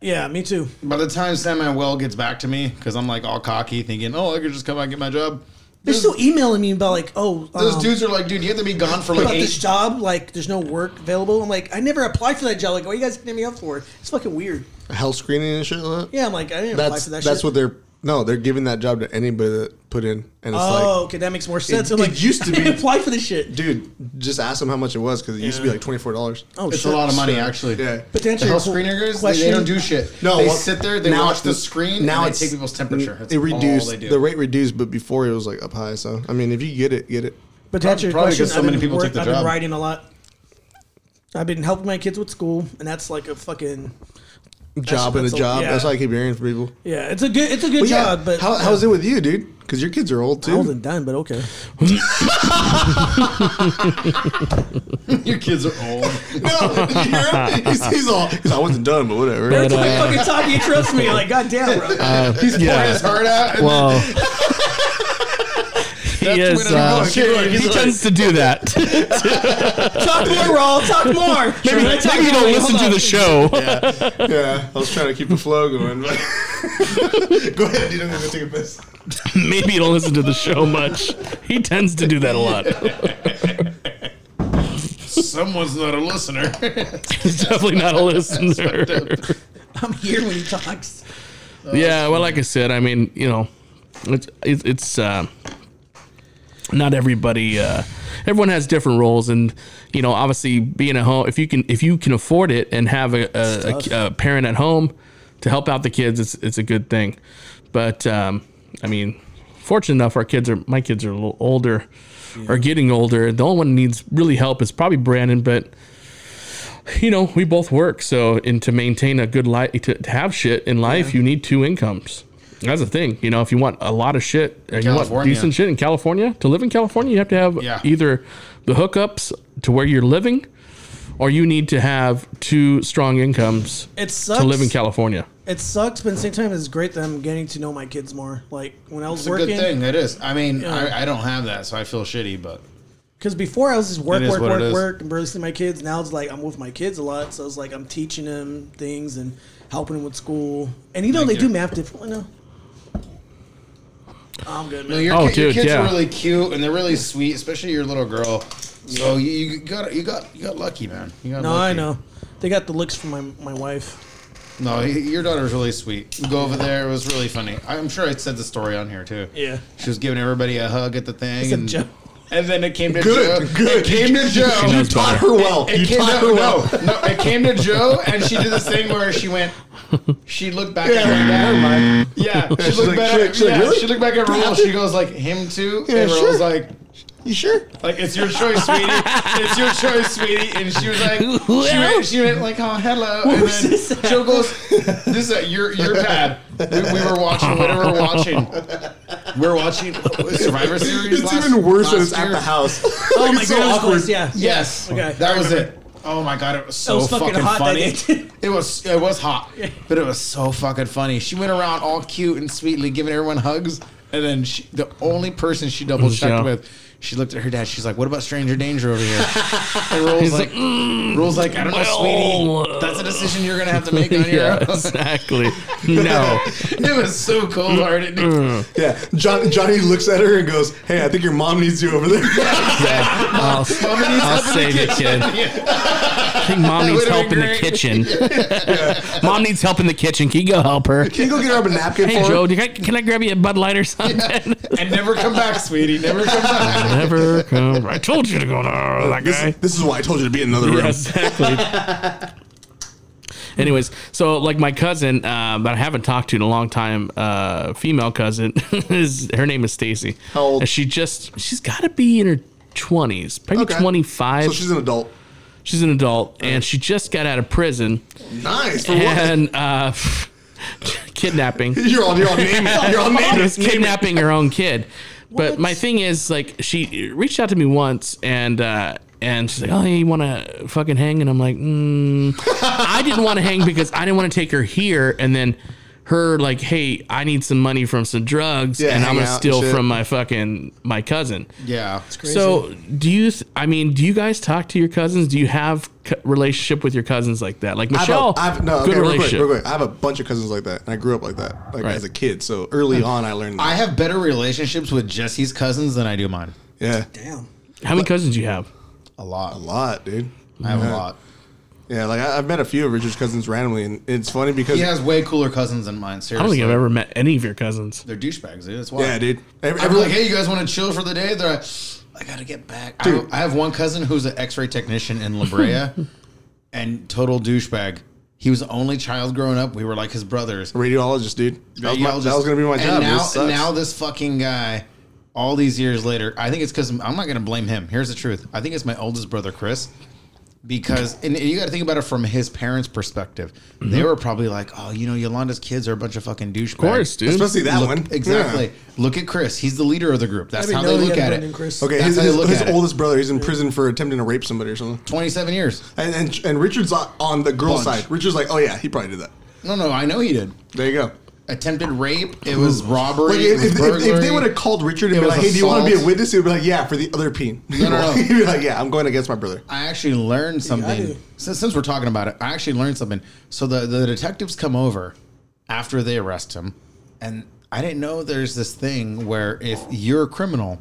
E: Yeah, me too.
D: by the time Sam Manuel gets back to me, because I'm like all cocky, thinking, oh, I could just come out and get my job.
E: They're still emailing me about like, oh,
D: Those
E: um,
D: dudes are like, dude, you have to be gone for
E: about
D: like
E: this
D: eight.
E: job. Like, there's no work available. I'm like, I never applied for that job. Like, what are you guys hitting me up for? It's fucking weird.
A: health screening and shit like that.
E: Yeah, I'm like, I didn't <laughs> apply
A: that's
E: for that.
A: that's
E: shit.
A: what they're no, they're giving that job to anybody that put in, and it's
E: Oh,
A: like,
E: okay, that makes more sense.
A: it
E: I'm like,
A: used to
E: <laughs> I
A: be-
E: didn't apply for this shit.
A: dude, just ask them how much it was because it used to be like twenty four dollars.
E: Oh,
D: It's a
E: shit.
D: lot of money, actually.
A: Yeah.
E: But to answer
D: the
E: your
D: health screeners, they- they,
E: question-
D: don't do shit.
A: No,
D: they
A: well,
D: sit there, they
A: now
D: watch the
A: it's-
D: screen, now
A: now
D: and they
A: it's-
D: take people's temperature. That's
A: it reduced
D: all they do. <laughs>
A: the rate reduced, but before it was like up high. So I mean, if you get it, get it.
E: But to answer your
D: Probably
E: question,
D: because so
E: I've
D: many
E: been
D: people
E: work-
D: took the
E: I've
D: job.
E: been writing a lot. I've been helping my kids with school, and that's like a fucking
A: Job and a
E: that's a-
A: job.
E: yeah.
A: That's what I keep hearing from people.
E: yeah. It's a good, it's a good
A: But
E: job.
A: yeah,
E: But
A: how, how's it with you, dude? Because your kids are old too.
E: Old and done, but okay.
D: Your kids are <laughs> old.
A: <laughs> no, you're-
E: <laughs>
A: he's, he's all. He's all, I wasn't done, but whatever.
C: But,
E: Like
C: uh,
E: fucking talking, you trust me. <laughs> Like, goddamn, bro.
D: He's pouring his heart out. And
C: Well, he is.
D: when I'm
C: Uh,
D: going, keep going,
C: he
D: keep going.
C: tends to do that.
E: talk more, Rawl. Talk more.
C: maybe
E: Sure, talk
C: maybe you
E: more.
C: don't listen
E: Hold
C: to
E: on.
C: the show.
A: yeah, I was trying to keep the flow going. But <laughs> go ahead, you don't have to take a piss.
C: <laughs> maybe you don't listen to the show much. He tends to do that a lot.
D: Someone's not a listener.
C: He's definitely not a listener.
E: I'm here when he talks.
C: yeah, well, like I said, I mean, you know, it's it's, it's uh, not everybody. Uh, everyone has different roles, and you know, obviously, being at home, if you can if you can afford it and have a, a, a, a parent at home to help out the kids, it's it's a good thing. But um, I mean, fortunate enough, our kids are my kids are a little older, are getting older. The only one who needs really help is probably Brandon, but you know, we both work. So, and to maintain a good life, to, to have shit in life, you need two incomes. That's the thing. You know, if you want a lot of shit, or you want
D: California.
C: decent shit in California, to live in California, you have to have
D: Yeah.
C: either the hookups to where you're living, or you need to have two strong incomes
E: It sucks.
C: to live in California.
E: It sucks, but at the same time, it's great that I'm getting to know my kids more. Like when I was
D: It's a
E: working,
D: good thing. It is. I mean,
E: Yeah.
D: I, I don't have that, so I feel shitty, but
E: Because before I was just work,
D: It is
E: work,
D: what it
E: work,
D: is.
E: work, and barely see my kids. Now it's like I'm with my kids a lot, so it's like I'm teaching them things and helping them with school. And you know they
D: you.
E: do math differently now. Oh, I'm good,
D: No,
E: man.
D: your,
C: Oh,
D: ki- your
C: dude,
D: kids
C: yeah.
D: are really cute and they're really sweet, especially your little girl. So you, you got you got you got lucky, man. You got
E: No,
D: lucky.
E: I know. They got the looks from my my wife.
D: No, y- your daughter's really sweet. You go over there; it was really funny. I'm sure I said the story on here too.
E: Yeah.
D: she was giving everybody a hug at the thing,
E: <laughs> Except
D: and,
E: Joe.
D: and then it came to
A: Good,
D: Joe.
A: good.
D: It came to Joe.
C: She knows
A: Taught
C: better.
A: her well.
D: It
A: you
D: came
A: taught
D: to,
A: her well.
D: no, no, it came to Joe, and she did this thing where
A: <laughs>
D: she went. She looked back at her
A: Yeah,
D: dad.
A: never mind. <laughs>
D: Yeah, she
A: She's
D: looked
A: like,
D: back.
A: shit,
D: at,
A: she's like,
D: yeah,
A: really?
D: she looked back at Raul. She goes like, "Him too."
A: Yeah,
D: and
A: sure.
D: Raul's like,
A: You sure?
D: "Like it's your choice, sweetie. It's your choice, sweetie." And she
A: <laughs>
D: was like, she went, she went like, "Oh, hello." And
E: was this
D: then Joe goes, "This is uh, your your pad." We, we were watching whatever we were watching. We were watching Survivor
A: <laughs>
D: Series.
A: It's
D: last-
A: even worse when
D: last
A: it's at
D: year.
A: the house.
E: Oh my
A: It's so
E: goodness,
A: awkward.
E: boys, yeah.
D: Yes.
E: Okay.
D: That
E: I
D: was
E: remember.
D: it. Oh my god, it was so
E: It was fucking
D: fucking,
E: hot that
D: funny.
E: day.
D: <laughs> it was it was
E: <laughs>
D: hot, but it was so fucking funny. She went around all cute and sweetly giving everyone hugs, and then she, the only person she double
C: Yeah.
D: checked with, she looked at her dad. She's like, "What about stranger danger over <laughs> here?" And Roll's like, "Roll's like, I don't know,
C: well,
D: sweetie. That's a decision you're gonna have to make <laughs> on
C: <laughs>
D: your
C: Yeah,
D: own." <laughs>
C: exactly. No,
D: it was so cold hearted.
A: Yeah, John, Johnny looks at her and goes, "Hey, I think your mom needs you over there."
C: I'll, I'll save it, kid.
D: <laughs>
C: I think mom needs
D: would've
C: help in
D: been
C: the
D: great. <laughs>
C: kitchen. Mom needs help in the kitchen. Can you go help
D: <laughs>
C: her?
A: Can you go get her up a napkin
C: Hey
A: for
C: Joe,
A: her?
C: do you- can I grab you a Bud Light or something? <laughs>
D: and never come back, sweetie. Never come back.
C: Never come. I told you to go to that
A: This,
C: guy.
A: this is why I told you to be in another room.
C: Yeah, exactly. Anyways, so like my cousin uh, that I haven't talked to in a long time, uh, female cousin, <laughs> is her name is Stacy.
A: How old?
C: And she just she's got to be in her twenties, probably
A: Okay.
C: twenty five.
A: So she's an adult.
C: she's an adult, and she just got out of prison
A: Nice. For what?
C: and uh, <laughs> kidnapping.
A: <laughs> You're on. You're on. Name it.
C: <laughs>
A: You're on. Name
C: She
A: it. <laughs>
C: was kidnapping her own kid. But my thing is, like, she reached out to me once and, uh, and she's like, oh, hey, you want to fucking hang? And I'm like, mm. I didn't want to hang because I didn't want to take her here and then her like, hey, I need some money from some drugs,
A: Yeah,
C: and I'm
A: hang
C: gonna
A: out and
C: steal
A: shit.
C: from my fucking my cousin.
D: <laughs> Yeah.
C: So do you? Th- I mean, do you guys talk to your cousins? Do you have co- relationship with your cousins like that? Like
A: I have a-
C: Michelle,
A: I have, no, okay,
C: good
A: real quick,
C: relationship.
A: real quick. I have a bunch of cousins like that, and I grew up like that, like
C: Right.
A: as a kid. So early on, I learned. That.
D: I have better relationships with Jesse's cousins than I do mine.
A: yeah,
E: Damn.
C: How many cousins do you have?
D: A lot.
A: a lot, dude.
D: I have a
A: Yeah.
D: lot.
A: Yeah, like I, I've met a few of Richard's cousins randomly, and it's funny because
D: He has way cooler cousins than mine.
C: I
D: Seriously,
C: don't think I've ever met any of your cousins.
D: They're douchebags, dude. That's why.
A: yeah, dude. Every,
D: I'm
A: everyone,
D: like, hey, you guys want to chill for the day? They're like, I gotta get back. I,
A: Dude.
D: I have one cousin who's an X-ray technician in
C: <laughs>
D: La Brea, and total douchebag. He was the only child growing up. We were like his brothers.
A: radiologist, dude. That was, my,
D: Radiologist.
A: that was gonna be my
D: and
A: job.
D: Now,
A: this sucks.
D: now this fucking guy, all these years later, I think it's because I'm not gonna blame him. Here's the truth. I think it's my oldest brother, Chris. Because and you got to think about it from his parents' perspective.
A: Mm-hmm.
D: They were probably like, "Oh, you know, Yolanda's kids are a bunch of fucking douchebags." Of
C: course, dude.
A: especially that
D: Look-
A: one,
D: Exactly.
A: Yeah.
D: Look at Chris. He's the leader of the group. That's
E: I
D: how
E: didn't know
D: they
E: he
D: look
E: had a
D: at
E: brother
D: it.
E: named Chris.
A: Okay,
D: That's
A: his,
D: how they
A: his,
D: look
A: his
D: at it.
A: oldest brother, he's in prison for attempting to rape somebody or something.
D: Twenty-seven years.
A: And and, and Richard's on- on the girl
D: Bunch.
A: side. Richard's like, oh yeah, he probably did that.
D: No, no, I know he did.
A: There you go.
D: Attempted rape. It was robbery.
A: Like
D: it
A: if,
D: was
A: if, if, if
D: burglary.
A: they would have called Richard and
D: It
A: been
D: was
A: like, hey, do you want to be a
D: assault.
A: witness? He would be like, yeah, for the other peen. <laughs>
D: No, no, no.
A: He'd be like, yeah, I'm going against my brother.
D: I actually learned something.
E: do.
D: since, since we're talking about it, I actually learned something. So the, the detectives come over after they arrest him. And I didn't know there's this thing where if you're a criminal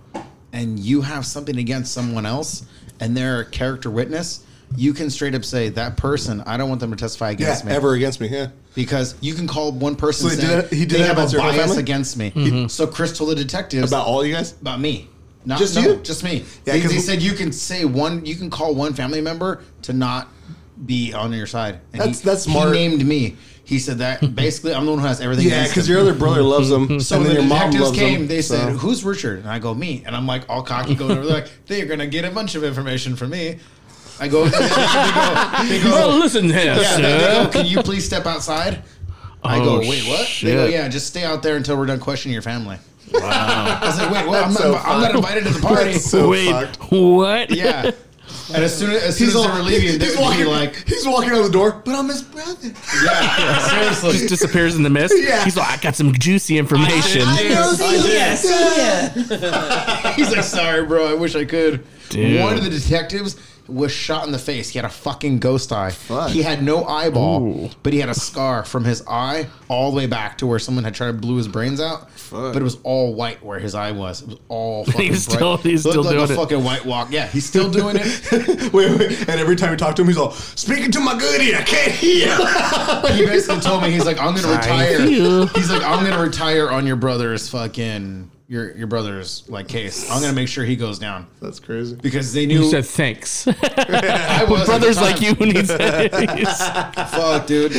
D: and you have something against someone else and they're a character witness, you can straight up say, that person, I don't want them to testify
A: Yeah,
D: against me.
A: ever against me. Yeah.
D: Because you can call one person
A: So they
D: saying,
A: did that- he did
D: they
A: that
D: have
A: about
D: a
A: your whole
D: bias
A: family?
D: against me. So Chris told the detectives
A: About all you guys?
D: about me. Not,
A: Just
D: no,
A: you?
D: Just me.
A: Yeah,
D: they,
A: 'cause
D: they
A: we-
D: said you can say one, you can call one family member to not be on your side. And
A: That's-
D: he,
A: that's
D: he
A: smart.
D: named me. He said
A: <laughs>
D: that basically I'm the one who has everything.
A: Yeah,
D: against
A: because
D: him.
A: your other brother
D: <laughs>
A: loves them.
D: So
A: and
D: the
A: then your mom
D: detectives
A: loves
D: came.
A: them.
D: they said,
A: so-
D: "Who's Richard?" And I go, "Me." And I'm like all cocky going over. They're like, "They're gonna get a bunch of information from me." I go. <laughs> They go, they go
C: Well, listen here,
D: yeah,
C: sir.
D: they- they go, can you
A: <laughs>
D: please step outside? I
C: Oh,
D: go, wait, what? They go,
C: shit.
D: yeah, just stay out there until we're done questioning your family. Wow. I was like, wait, what? I'm,
A: That's
D: not,
A: so
D: I'm not
A: fucked.
D: invited to the party.
A: That's so
C: Wait,
A: fucked.
C: what?
D: yeah. And as soon as, as, soon as
A: all-
D: they were leaving, they
A: he's
D: would
A: walking
D: be like,
A: he's walking out the door, but I'm his brother.
D: yeah,
C: Just
D: seriously.
C: disappears in the mist.
A: Yeah.
C: He's like, I got some juicy information.
D: I did.
E: Yes. Yeah.
D: <laughs> He's like, sorry, bro, I wish I could.
C: Dude.
D: One of the detectives was shot in the face. He had a fucking ghost eye.
A: Fuck.
D: He had no eyeball,
C: Ooh.
D: but he had a scar from his eye all the way back to where someone had tried to blew his brains out. But it was all white where his eye was. It was all
C: <laughs>
D: fucking
C: He's
D: bright.
C: still- he's
D: Looked
C: still
D: like
C: doing
D: a
C: it.
D: fucking white walk. Yeah, he's still doing
C: <laughs>
A: <laughs>
D: it.
A: wait, wait. And every time we talk to him, he's all speaking to my good ear. I can't
D: <laughs>
A: hear.
D: he basically told me he's like, I'm gonna retire.
C: you.
D: He's like, I'm gonna retire on your brother's fucking your your brother's like case. I'm gonna make sure he goes down
A: That's crazy.
D: because they
C: He
D: knew
C: said, thanks.
D: I was at the
C: <laughs> Brothers
D: time.
C: like you who needs that.
D: Fuck, <laughs> dude.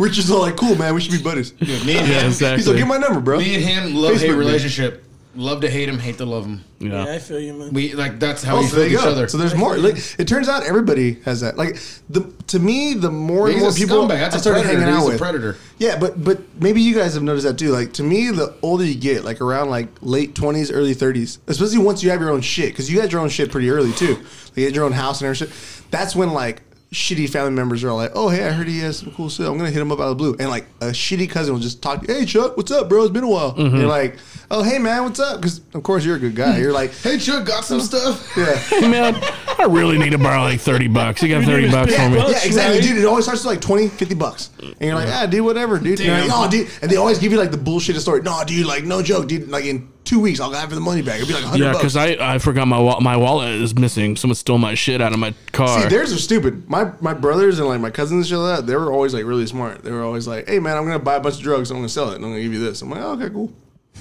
A: Richard's all like, cool, man. We should be buddies. Yeah.
D: Me and
C: Yeah,
D: him,
C: exactly.
A: He's like, get my number, bro.
D: me and him, love hate
A: Facebook, man.
D: relationship. Love to hate him, hate to love him.
C: <laughs> Yeah.
E: I feel you, man.
D: We like that's how
A: Oh,
D: we
A: so there
D: feel
A: you
D: each
A: go.
D: other.
A: So there's more. Like, it turns out everybody has that. Like the to me, the more and
D: He's
A: more
D: a
A: people
D: scumbag. That's
A: I
D: a
A: started
D: predator.
A: hanging out
D: He's a
A: with.
D: predator.
A: Yeah, but but maybe you guys have noticed that too. Like to me, the older you get, like around like late twenties, early thirties, especially once you have your own shit, because you got your own shit pretty early too. Like you had your own house and everything. That's when like shitty family members are all like, "Oh hey, I heard he has some cool shit. I'm gonna hit him up out of the blue." And like a shitty cousin will just talk, "Hey Chuck, what's up, bro? It's been a while." And you're like, "Oh hey man, what's up?" Because of course you're a good guy. You're like,
D: hey, Chuck, got some stuff.
A: <laughs> "Yeah."
C: Hey, man, I really need to borrow like 30 bucks. You got 30 bucks for me.
A: Yeah, exactly,
E: right?
A: dude. It always starts to like 20, 50 bucks. And you're like, ah, dude, whatever, dude. And,
D: Damn.
A: you're like, oh, dude. and they always give you like the bullshit story. No, dude, like, no joke, dude. Like, in two weeks, I'll have the money back. It'll be like 100
C: Yeah,
A: bucks.
C: because I, I forgot my wa- my wallet is missing. Someone stole my shit out of my car.
A: See, theirs are stupid. My my brothers and like my cousins and shit like that, they were always like really smart. They were always like, hey, man, I'm going to buy a bunch of drugs. I'm going to sell it. And I'm going to give you this. I'm like, oh, okay,
D: <laughs>
A: cool.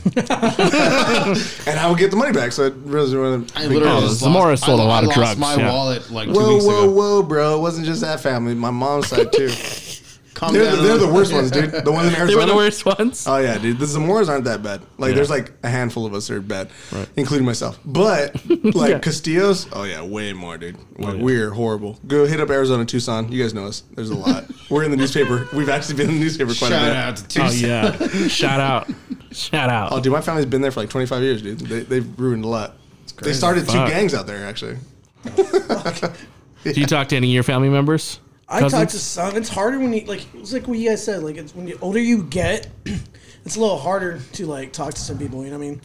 A: and I will get the money back. So it really wasn't.
D: I
A: a big
D: literally
A: deal.
D: just
C: Zamora
D: lost,
C: sold
D: I,
C: a lot of
D: I lost
C: drugs,
D: My
C: yeah.
D: wallet like two
A: Whoa,
D: weeks
A: whoa,
D: ago.
A: whoa, bro. It wasn't just that family. My mom's side,
D: <laughs>
A: too.
D: Calm
A: they're,
D: down.
A: the, they're the worst ones, dude. The ones in Arizona.
C: they were the worst ones.
A: Oh yeah, dude. The Zamoras aren't that bad. Like
C: Yeah.
A: there's like a handful of us that are bad, including myself.
C: <laughs>
A: But like Castillos, oh yeah, way more, dude. Like
C: Oh, yeah.
A: we're horrible. Go hit up Arizona, Tucson. You guys know us. There's a
C: <laughs>
A: lot. we're in the newspaper. We've actually been in the newspaper quite
D: Shout
A: a bit.
D: out to two.
C: Oh yeah! Shout out! Shout out!
A: Oh, dude, my family's been there for like 25 years, dude. They, they've ruined a lot. They started
C: Fuck.
A: two gangs out there actually.
C: Do you talk to any of your family members?
E: I talked
C: Cousins?
E: to some. It's harder when you like. It's like what you guys said. Like it's when the older you get, <clears throat> it's a little harder to like talk to some people. You know what I mean?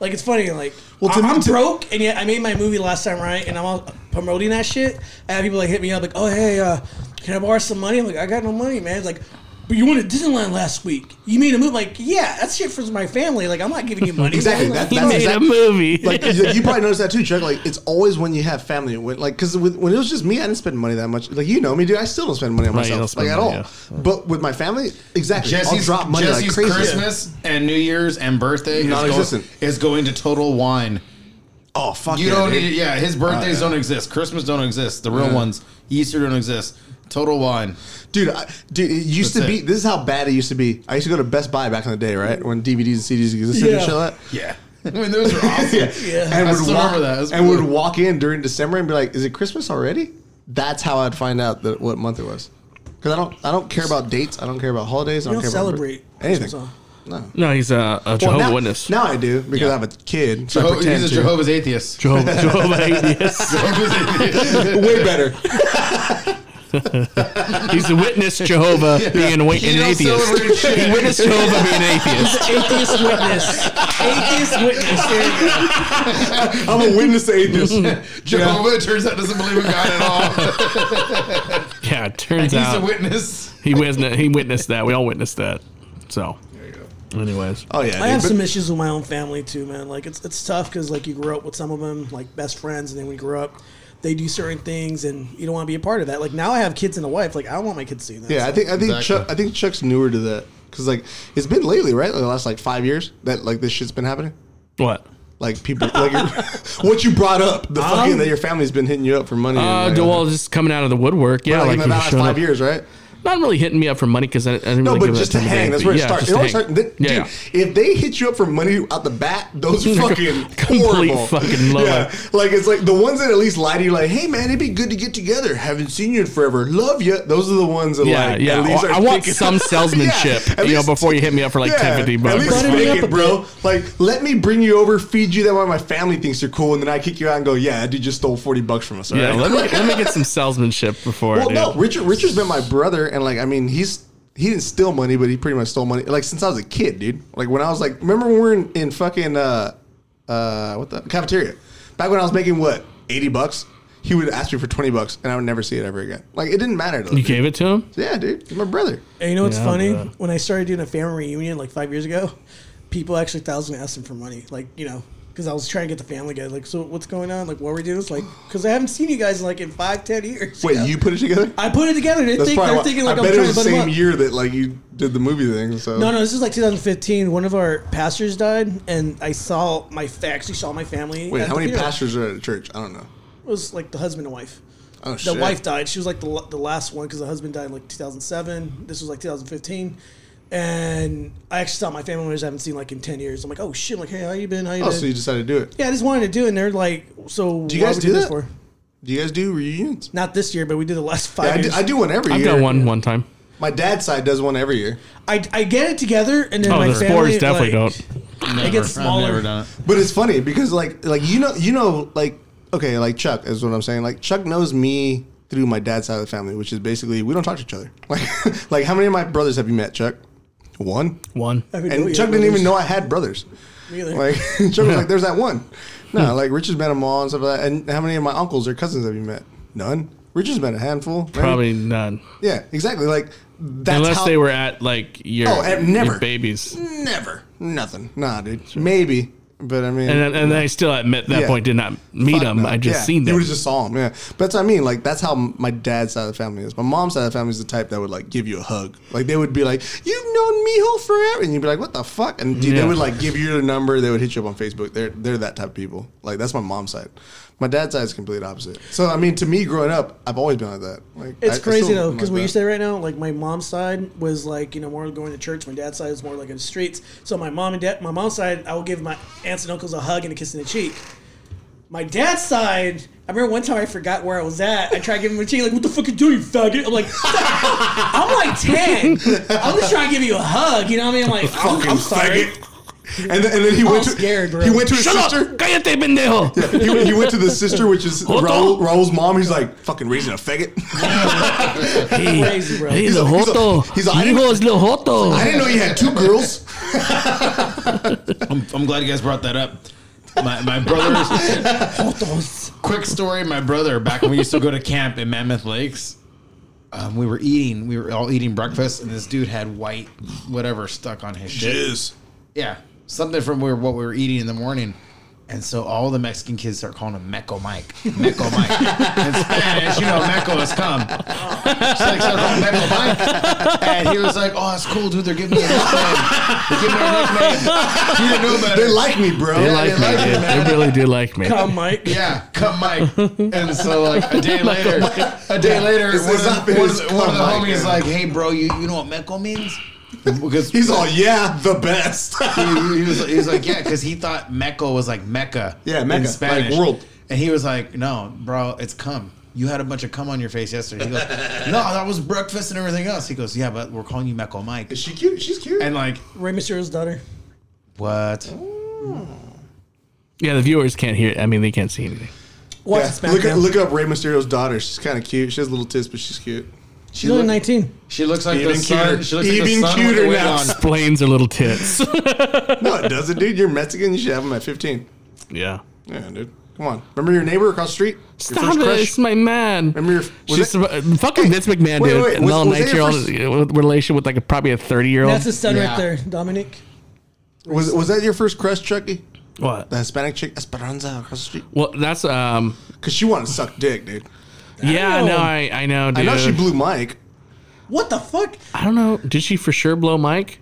E: Like it's funny. Like
A: Well, to
E: I,
A: me-
E: am
A: to-
E: broke, and yet I made my movie last time right, and I'm all promoting that shit. I have people like hit me up like, "Oh hey, uh, can I borrow some money?" I'm like, "I got no money, man." It's like. But you went to Disneyland last week. You made a movie. Like, yeah, that's shit for my family. Like, I'm not giving you money.
A: <laughs> Exactly. That, that's
C: made
A: exactly,
C: a movie.
A: like you, you probably noticed that too, Chuck. Like it's always when you have family, when, like because when it was just me, I didn't spend money that much. Like you know me, dude, I still don't spend money on
C: Right, you
A: myself,
C: don't
A: like at
C: spend
A: all.
C: money,
A: But with my family, exactly, I'll
D: Jesse's,
A: drop money
D: Jesse's
A: like crazy.
D: Christmas and New Year's and birthday is going,
A: Non-existent.
D: is going to total wine.
A: Oh fuck,
D: You
A: yeah,
D: don't
A: dude. Uh,
D: need, yeah, his birthdays don't exist. Christmas don't exist. The real
A: Yeah.
D: ones. Easter don't exist. Total wine.
A: dude, I, dude. It used
D: That's
A: to be.
D: it.
A: This is how bad it used to be. I used to go to Best Buy back in the day, right when DVDs and CDs existed and
E: Yeah.
A: shit like that.
D: Yeah. <laughs> I mean, those are awesome. <laughs>
A: Yeah.
D: I
A: and would
D: still
A: walk
D: remember that. That's
A: and
D: cool.
A: would walk in during December and be like, "Is it Christmas already?" That's how I'd find out that what month it was. Because I don't, I don't care about dates. I don't care about holidays. I
E: You
A: don't,
E: don't
A: care
E: celebrate
A: about anything.
E: Christmas,
A: No.
C: no, he's a, a
A: Well,
C: Jehovah's
A: now,
C: Witness.
A: now I do because I have a kid. So I
D: Jeho-
A: pretend
D: he's a
A: to. <laughs>
D: Jehovah's atheist.
C: Jehovah, Jehovah atheist.
D: Jehovah's <laughs> atheist.
A: Way better.
C: He's a witness Jehovah being wa-
D: He
C: an
D: don't
C: atheist.
D: <laughs> celebrate shit.
C: He witnessed Jehovah being an atheist.
E: atheist witness. atheist witness. There you
D: <laughs>
E: go.
A: I'm a witness to atheists.
D: <laughs> Jehovah it turns out doesn't believe in God at <laughs> all.
C: Yeah, it turns
D: He's a
C: out
D: witness.
C: he witnessed he witnessed that. We all witnessed that. So, anyways,
A: Oh yeah.
E: I
A: dude,
E: have
A: but-
E: some issues with my own family too, man. Like it's it's tough because like you grow up with some of them, like best friends, and then when you grow up, they do certain things, and you don't want to be a part of that. Like now I have kids and a wife. Like I don't want my kids seeing that.
A: Yeah, I think I think
D: Exactly.
A: Chuck I think Chuck's newer to that because like it's been lately, right? Like the last like five years that like this shit's been happening.
C: what?
A: Like people, like <laughs> what you brought up, the fucking that your family's been hitting you up for money. and,
C: Uh,
A: like,
C: DeWall just coming out of the woodwork. Yeah,
A: Yeah, like, in
C: like,
A: the
C: he
A: last
C: showed
A: five
C: up-
A: years, right?
C: Not really hitting me up for money because I, I didn't
A: No,
C: really
A: but
C: give it
A: just
C: that
A: to
C: time
A: hang.
C: day,
A: That's
C: but
A: where it
C: yeah,
A: starts.
C: just
A: It always
C: hang.
A: starts. th-
C: yeah,
A: dude,
C: yeah.
A: if they hit you up for money out the bat,
C: <laughs>
A: those fucking
C: complete
A: horrible.
C: fucking lower.
A: Yeah, like it's like the ones that at least lie to you, like, "Hey man, it'd be good to get together. Haven't seen you in forever. Love you." Those are the ones that
C: Yeah,
A: like,
C: yeah.
A: At least
C: Well,
A: are
C: I want
A: thinking- <laughs>
C: some salesmanship,
A: at
C: you know,
A: least-
C: before you hit me up for like 10, 50 bucks.
A: At least
E: Buddy me
A: fake
E: up a
A: it, bro. Like, let me bring you over, feed you. That way, my family thinks you're cool, and then I kick you out and go, "Yeah, that dude just stole forty bucks from us." all
C: Yeah,
A: right?"
C: let me let
A: <laughs>
C: me get some salesmanship before.
A: Well,
C: dude.
A: no, Richard. Richard's been my brother, and like, I mean, he's he didn't steal money, but he pretty much stole money like since I was a kid, dude. Like when I was like, remember when we were in, in fucking uh, uh, what the cafeteria? Back when I was making what eighty bucks, he would ask me for twenty bucks, and I would never see it ever again. Like it didn't matter. To
C: you
A: him.
C: gave it to him.
A: Yeah, dude, he's my brother.
E: And you know what's
C: Yeah,
E: funny?
C: but-
E: When I started doing a family reunion like five years ago, people actually thought I was gonna ask them for money. Like you know, because I was trying to get the family guy. Like, so what's going on? Like, what are we doing? It's like because I haven't seen you guys in, like in five, ten years.
A: Wait,
E: know?
A: you put it together?
E: I put it together. They think,
A: probably
E: they're
A: why-
E: thinking like
A: I
E: I am
A: bet it
E: trying
A: was
E: to
A: the
E: put them
A: same
E: up.
A: year that like you did the movie thing. So
E: No, no, this is like 2015. One of our pastors died, and I saw my I actually saw my family.
A: Wait,
E: at
A: how
E: the
A: many
E: funeral.
A: pastors are at a church? I don't know.
E: It was like the husband and wife.
A: Oh
E: The
A: shit.
E: wife died. She was like the, la- the last one because the husband died in like 2007. This was like 2015. And I actually saw my family members I haven't seen like in 10 years. I'm like, oh shit, I'm like, hey, how you been? How you
A: Oh,
E: been?
A: so you decided to do it?
E: yeah, I just wanted to do it. And they're like, so
A: Do you
E: why
A: guys
E: we
A: do
E: doing
A: that? Do you guys do reunions?
E: Not this year, but we did the last five
A: Yeah, I,
E: years.
A: do, I do one every
C: I've
A: year.
C: done one one time.
A: My dad's side does one every year,
E: I, I get it together, and then
C: Oh,
E: my
C: the
E: family.
C: spores definitely
E: like-
C: don't.
D: Never.
E: gets smaller.
D: I've never done it.
A: but it's funny because like like you know you know like okay like Chuck is what I'm saying. Like Chuck knows me through my dad's side of the family, which is basically we don't talk to each other. <laughs> Like like how many of my brothers have you met, Chuck? One.
C: One.
E: I
A: And
E: mean, yeah,
A: Chuck
E: brothers.
A: didn't even know I had brothers.
E: Me
A: <laughs>
E: either.
A: Like Chuck was like, "There's that one."
C: <laughs>
A: No, like Richard's met them all and stuff like that. And how many of my uncles or cousins have you met? None. Richard's met a handful. maybe.
C: Probably none.
A: Yeah, exactly. Like that's
C: Unless
A: how,
C: they were at like your,
A: Oh, at-
C: your
A: never.
C: babies, and
A: never nothing. Nah, dude. Maybe, but I mean,
C: then, and I still at met- that
A: Yeah.
C: point did not meet them. I just seen
A: You
C: them.
A: would just saw him. Yeah, but that's what I mean. Like that's how my dad's side of the family is. My mom's side of the family is the type that would like give you a hug. Like they would be like, "You've known Miho forever," and you'd be like, "What the fuck?" And dude,
C: Yeah.
A: they would like give you their number. They would hit you up on Facebook. They're they're that type of people. Like that's my mom's side. My dad's side is complete opposite. So I mean, to me, growing up, I've always been like that. Like I- I
E: It's
A: still
E: crazy though,
A: am
E: because
A: like
E: what you
A: that.
E: said right now, like my mom's side was like you know more going to church. My dad's side is more like in the streets. So my mom and dad, my mom's side, I will give my aunts and uncles a hug and a kiss in the cheek. My dad's side, I remember one time I forgot where I was at. I tried giving him a cheek, like what the fuck you doing, you faggot? I'm like, I'm like ten. I'm just trying to give you a hug. You know what I mean? I'm like, I'm, I'm sorry.
A: And, then, and then he went to
E: scared, bro.
A: he went to his
C: Shut
A: sister. <laughs>
C: up! Cállate, pendejo!
A: He, he went to the sister, which is
C: Hold
A: Raul,
C: on.
A: Raul's mom. He's like fucking raising a faggot.
C: Hey,
E: Crazy, bro.
C: hey,
A: He's a-
C: lo
A: he's a-
C: joto.
A: he's a- I
C: Hijo
A: didn't-
C: es lo joto.
A: I didn't know you had two <laughs> girls.
D: I'm, I'm glad you guys brought that up. My, my brother's quick story. My brother, back when we used to go to camp in Mammoth Lakes, um, we were eating. We were all eating breakfast, and this dude had white whatever stuck on his shit.
A: Jizz.
D: Yeah, something from where, what we were eating in the morning. And so all the Mexican kids start calling him Meco Mike. Meco Mike. in Spanish, you know, Meco has come. So they start calling him Meco Mike. And he was like, oh, that's cool, dude. They're giving me a nickname. They're giving me a nickname. You didn't know better.
A: They like me, bro.
C: They like me, dude. They really do like me.
E: <laughs> Come, Mike.
D: Yeah, come Mike. And so like
A: <laughs>
D: a day later, a day later,
A: It's-
D: one,
A: it's
D: of,
A: not-
D: the- one,
A: it's
D: of the- one of the
A: come Mike,
D: homies is
A: yeah.
D: like, "Hey, bro, you, you know what Mecco means?" Because he,
A: He's all yeah, the best. <laughs>
D: he was, he was like, "Yeah," because he thought Mecco was like Mecca.
A: Yeah, Mecca, like world.
D: And he was like, "No, bro, it's cum. You had a bunch of cum on your face yesterday." He goes, <laughs> "No, that was breakfast and everything else." He goes, "Yeah, but we're calling you Mecco Mike."
A: Is she cute? She's cute.
D: And like,
E: Ray Mysterio's daughter.
D: what?
C: Yeah, the viewers can't hear. I mean, they can't see anything.
E: Watch
A: Yeah,
E: SmackDown.
A: look, at, look up Rey Mysterio's daughter. She's kind of cute. She has little tits, but she's cute.
E: She's only
D: look-
E: 19.
D: She looks like
A: Even
D: the sun.
A: cuter.
D: She looks like the
A: Even
D: sun with the
A: cuter
D: wig
A: now.
D: <laughs> on.
C: Explains her little tits.
A: No, it doesn't, dude. You're Mexican. You should have them at 15.
C: yeah.
A: Yeah, dude. Come on. Remember your neighbor across the street? Your
C: Stop it! It's my man.
A: Remember your- was
C: She's
A: that-
C: uh, fucking Vince McMahon,
A: Wait,
C: dude.
A: wait,
C: An
A: was-
C: little
A: was that your
C: nineteen-year-old relation with like a, probably a thirty-year-old.
E: That's his son
D: Yeah.
E: right there, Dominic.
A: Was was that your first crush, Chucky?
C: what?
A: The Hispanic chick Esperanza across the street?
C: well, that's um.
A: Because she wanted to suck dick, dude.
C: Yeah,
E: know.
C: no, I I know, dude.
A: I know she blew Mike
E: What the fuck?
C: I don't know. Did she for sure blow Mike?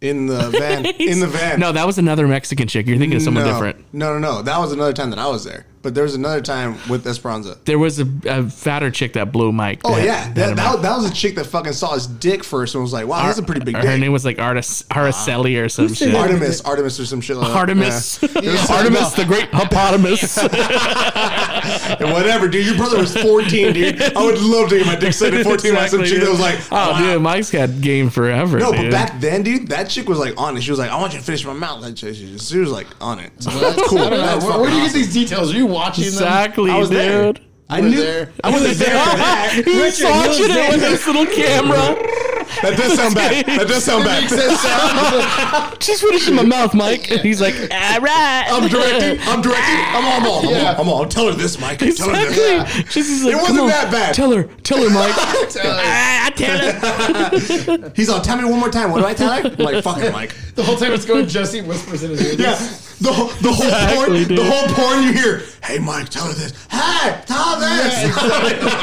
A: in the
C: <laughs>
A: van. in the van.
C: No, that was another Mexican chick. You're thinking of someone
A: no.
C: different.
A: No, no, no. That was another time that I was there. But there was another time with Esperanza.
C: There was a, a fatter chick that blew Mike.
A: Oh,
C: that-
A: yeah. That, that, that was a chick that fucking saw his dick first and was like, wow, that's a pretty big
C: her
A: dick.
C: name was like Artis Araceli or some
E: Who's the-
C: shit.
A: Artemis, Artemis, or some shit like that.
C: Artemis,
A: Yeah. It was
C: Artemis,
A: <laughs>
C: the great hippopotamus.
A: And whatever, dude. Your brother
C: <laughs>
A: was 14, dude. I would love to get my dick sucked at 14 by some
C: Exactly,
A: chick
C: dude.
A: that was like,
C: oh, dude, Mike's got game forever.
A: No, but
C: dude.
A: back then, dude, that chick was like on it. She was like, I want you to finish my mouth. Like, she, she, she was like on it. So that's cool.
D: I don't know.
A: That's
D: Where, where do you get
A: fucking
D: these details? Are you watching
C: exactly,
D: <laughs> them?
A: was there.
C: dude.
D: I
A: awesome.
D: knew. There.
A: I
C: <laughs>
A: wasn't there for that.
C: He's
E: Richard,
C: watching
E: he was
C: it with
E: there.
C: his little camera.
A: <laughs> That does sound bad. That does sound bad.
C: <laughs>
D: <laughs>
C: Just finish in my mouth, Mike. And he's like, all right.
A: I'm directing. I'm directing. I'm on ball. I'm
D: Yeah.
A: on ball. I'm on. Tell her this, Mike. Tell her
C: Exactly.
A: this.
C: She's just like,
A: It wasn't
C: "Come on,
A: that bad."
C: Tell her, tell her, Mike.
A: <laughs>
C: All right, I tell her.
A: He's on. Tell me one more time. What do I tell her? I'm like, fuck it, Mike.
D: the whole time it's going, Jesse whispers in his ear.
A: Yeah. The, whole- the whole
C: Exactly,
A: porn,
C: dude.
A: the whole porn you hear. Hey, Mike, tell her this. Hey, tell her this.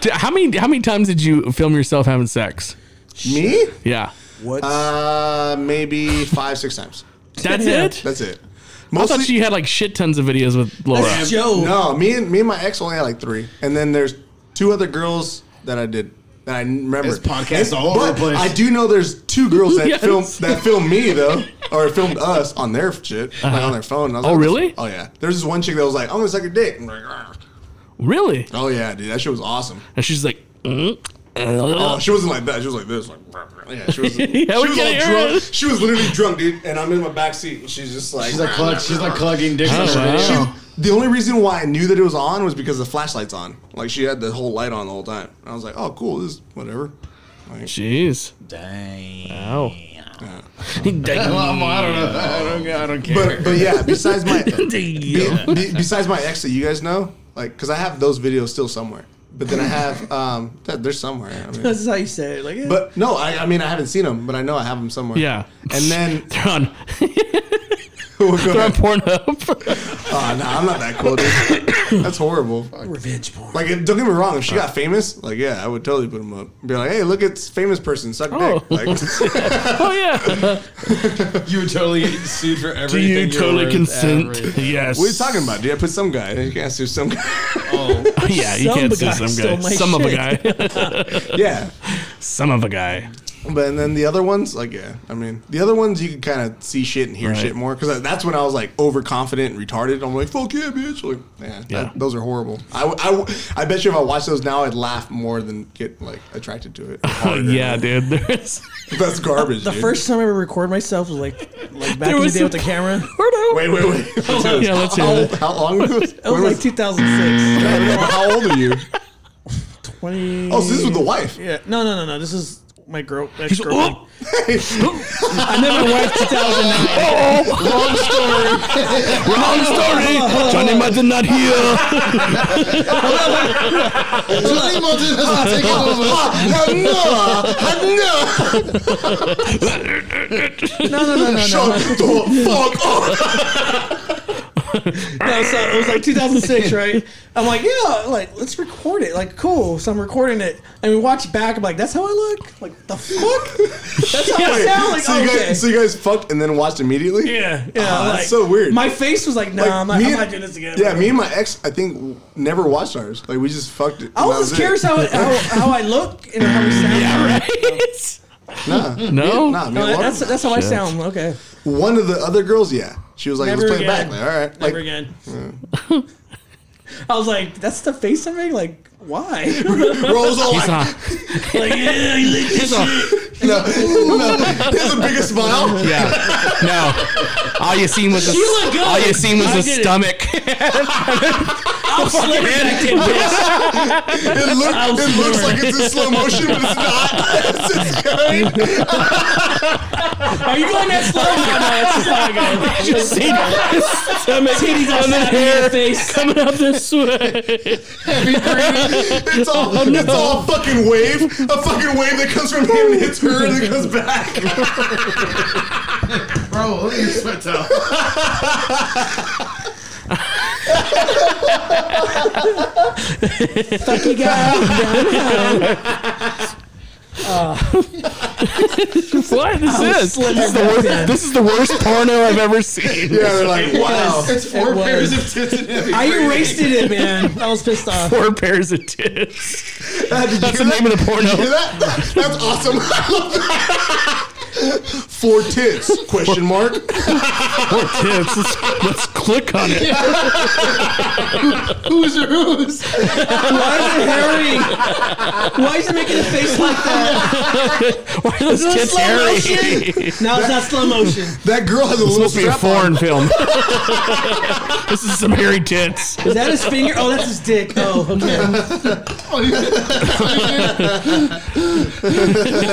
C: D- How many how many times did you film yourself having sex?
A: <laughs> Me?
C: Yeah,
E: What?
A: Uh, maybe five, six times.
C: that's
E: Yeah.
C: it.
A: That's it.
C: I
A: Mostly,
C: thought you had like shit tons of videos with Laura.
E: That's Joe. <laughs>
A: no. Me and me and my ex only had like three, and then there's two other girls that I did that I remember.
D: This podcast all
A: But
D: over the place.
A: I do know there's two girls that
C: <laughs> Yes.
A: film that filmed me though, or filmed us on their shit, like
D: Uh-huh.
A: on their phone. And I was
C: Oh,
A: like,
C: really?
A: Oh yeah. There's this one chick that was like, "I'm gonna suck your dick." I'm like, "Argh."
C: Really?
A: "Oh yeah, dude, that shit was awesome."
C: And she's like, mm.
A: Oh, she wasn't like that. She was like this. Like, yeah,
C: <laughs>
A: she was. she
C: we
A: was all
C: can hear
A: drunk.
C: it.
A: She was literally drunk, dude. And I'm in my back seat, and she's just like,
D: She's like, clug- she's like clugging dicks.
C: Oh,
D: under
C: wow.
D: there.
C: Oh.
A: She, the only reason why I knew that it was on was because the flashlight's on. Like she had the whole light on the whole time. And I was like, oh, cool. This is whatever.
C: jeez.
D: Dang.
C: Oh. <laughs>
D: Well, I'm- I don't know. I don't, I don't care.
A: But but yeah, besides my be-
C: Damn.
A: be- besides my ex that you guys know, like because I have those videos still somewhere. But then I have um, that, they're somewhere. I mean.
E: This is how you say it. Like, yeah.
A: But no, I, I mean I haven't seen them, but I know I have them somewhere.
C: Yeah.
A: <laughs> And then
C: They're on,
A: Go
C: they're
A: <laughs>
C: on
A: ahead.
C: Pornhub. <laughs>
A: oh, no, I'm not that cool, dude. That's horrible.
E: revenge porn.
A: Like, if- don't get me wrong. If she got famous, like, yeah, I would totally put them up. Be like, hey, look, it's famous person, suck
C: Oh.
A: dick. Like, <laughs>
C: oh yeah.
D: you would totally get sued <laughs> for
C: Do
D: everything.
C: you
D: were
C: totally
D: worth,
C: consent?
D: everything.
C: Yes.
A: What are you talking about, dude? I put some guy. You can't sue some guy.
D: Oh,
C: <laughs> Yeah, you
E: Some
C: can't see
E: guy
C: some guy. <laughs>
E: stole my
C: Some of a
E: shit.
C: guy.
A: yeah.
C: some of a guy.
A: But and then the other ones, like yeah, I mean the other ones you can kind of see shit and hear
C: Right.
A: shit more because that's when I was like overconfident and retarded. I'm like fuck yeah, bitch. Like yeah, that-
C: Yeah.
A: those are horrible. I, w- I, w- I bet you if I watch those now, I'd laugh more than get like attracted to it.
C: Oh, yeah, dude. There's
A: that's garbage.
E: The
A: dude.
E: first time I ever recorded myself was like, like back
C: There
E: in the
C: was
E: day with the
C: some-
E: <laughs> camera.
A: wait wait wait.
C: yeah, let's hear
A: how,
C: that.
A: how long ago? was-
E: It was
A: when
E: like 2006.
A: how old are you?
E: 20.
A: Oh, so this was the wife.
E: Yeah. No, no, no, no. This is my girl. Ex girlfriend.
C: Oh,
E: I met my wife 2009.
C: wrong story. wrong story. Johnny Madden not here.
A: Johnny Mountain has taken over. No, no,
E: No, no, no, no, no.
A: shut
E: Oh,
A: the fuck
E: <laughs>
A: up.
E: no so it was
A: <laughs>
E: like 2006, right? I'm like, yeah, like let's record it. Like, cool. So I'm recording it, and we watch back. I'm like, that's how I look. Like the fuck.
A: <laughs>
E: That's how I sound. Like,
A: so, you
E: okay.
A: guys, so you guys fucked and then watched immediately?
E: yeah, yeah.
A: Ah,
E: like,
A: that's so weird.
E: My face was like, nah,
A: Like,
E: I'm, not,
A: me
E: I'm
A: and-
E: not doing this again.
A: Yeah,
E: bro.
A: me and my ex, I think, w- never watched ours. Like, we just fucked it.
E: I
A: and that
E: was just
A: it.
E: curious how, it- how how I look and how I
A: <laughs>
E: sound. <laughs>
A: Nah,
C: No?
A: Me, <laughs> nah, me
E: No,
A: and Lauren-
E: that's that's how I sound. Okay.
A: one of the other girls, yeah. She was like,
E: Never
A: let's play it back.
E: again.
A: Like, all right.
E: Never
A: like,
E: again. <laughs> I was like, that's the face I make. Like, why?
A: Rose all
C: He's
A: like,
C: on.
E: <laughs> like, yeah, you look
C: He's on.
A: <laughs> no, no. Here's the
E: <laughs>
A: biggest smile.
C: Yeah. No. All you seen was a,
E: looked good.
C: all you seen was
E: I
C: a
E: did it.
C: stomach.
E: slick back in,
C: <laughs>
E: bitch.
A: It, look, it looks like it's in slow motion, but it's not. <laughs> It's just going.
E: Are you going that slow? No, no, that's just how I go.
C: Just seen a stomach
E: Titties
C: on the
E: outside of
C: hair
E: your face.
C: coming up this way.
A: It's all, it's all a fucking wave. A fucking wave that comes from him and hits her and it comes back.
D: Bro, look at your sweat towel.
E: You got
C: What is this? This is, the
E: back
C: worst,
E: then.
C: this is the worst porno I've ever seen.
A: Yeah, they're
C: <laughs>
A: like, wow.
D: It's four
E: It was.
D: pairs of tits in every
E: I
D: frame.
E: erased it, man. I was pissed off.
C: Four pairs of tits.
A: Did you
C: That's the
A: hear that?
C: name of the
A: Did you hear <laughs>
C: porno.
A: that? That's awesome. <laughs> I love that. Four tits? Question mark.
C: Four tits. Let's, let's click on it.
D: <laughs> Who's or who's?
E: Why is it hairy? Why is it making a face like that?
C: Why are those
E: it
C: tits
E: slow
C: hairy?
E: Now it's not slow motion.
A: That girl has a
C: This
A: little
C: must be a
A: strap
C: foreign
A: on.
C: film. this is some hairy tits.
E: Is that his finger? Oh, that's his dick. Oh, okay. <laughs>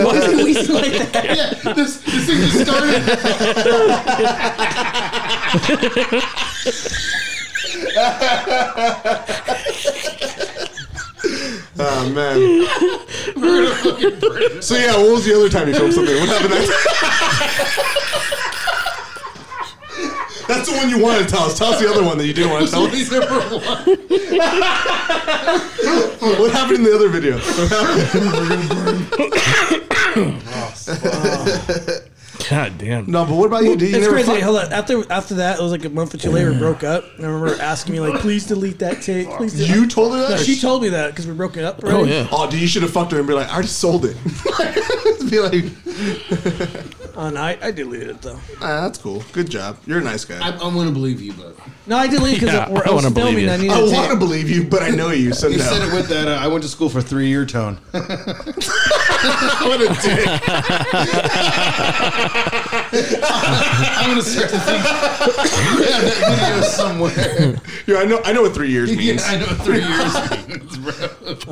E: Why is it wheezing like that?
D: yeah, this, this thing just
A: <laughs>
D: started.
A: Oh man. so yeah, what was the other time you filmed something? What happened next? That's the one you wanted to tell us. Tell us the other one that you didn't want to tell us.
D: He's number one.
A: What happened in the other video?
C: God damn.
A: No, but what about you? Did you
E: It's
A: never
E: crazy.
A: fuck?
E: Hold on. After after that, it was like a month or two later. We broke up. And I remember her asking me like, "Please delete that tape. Please." Delete.
A: You told her that?
E: No,
A: Or
E: she told me that because we broke it up. Right?
C: Oh yeah.
A: Oh, dude, you should have fucked her and be like, I already sold it. <laughs> be like,
E: And I, I deleted it though.
A: ah, that's cool. Good job. You're a nice guy.
D: I'm, I'm gonna believe you, but
E: No, I deleted because
C: Yeah,
E: we're
C: I
E: I was
C: wanna believe
E: filming.
C: you.
E: I needed
A: I
E: a
A: want to
E: tape.
A: believe you, but I know you, so
D: <laughs> you
A: no.
D: said it with that. Uh, I went to school for three year tone. <laughs>
A: what a dick.
D: I'm gonna start to think. you have that video somewhere. <laughs>
A: <laughs> Yeah, I know. I know what three years
D: Yeah,
A: means.
D: I know three years <laughs> means, bro.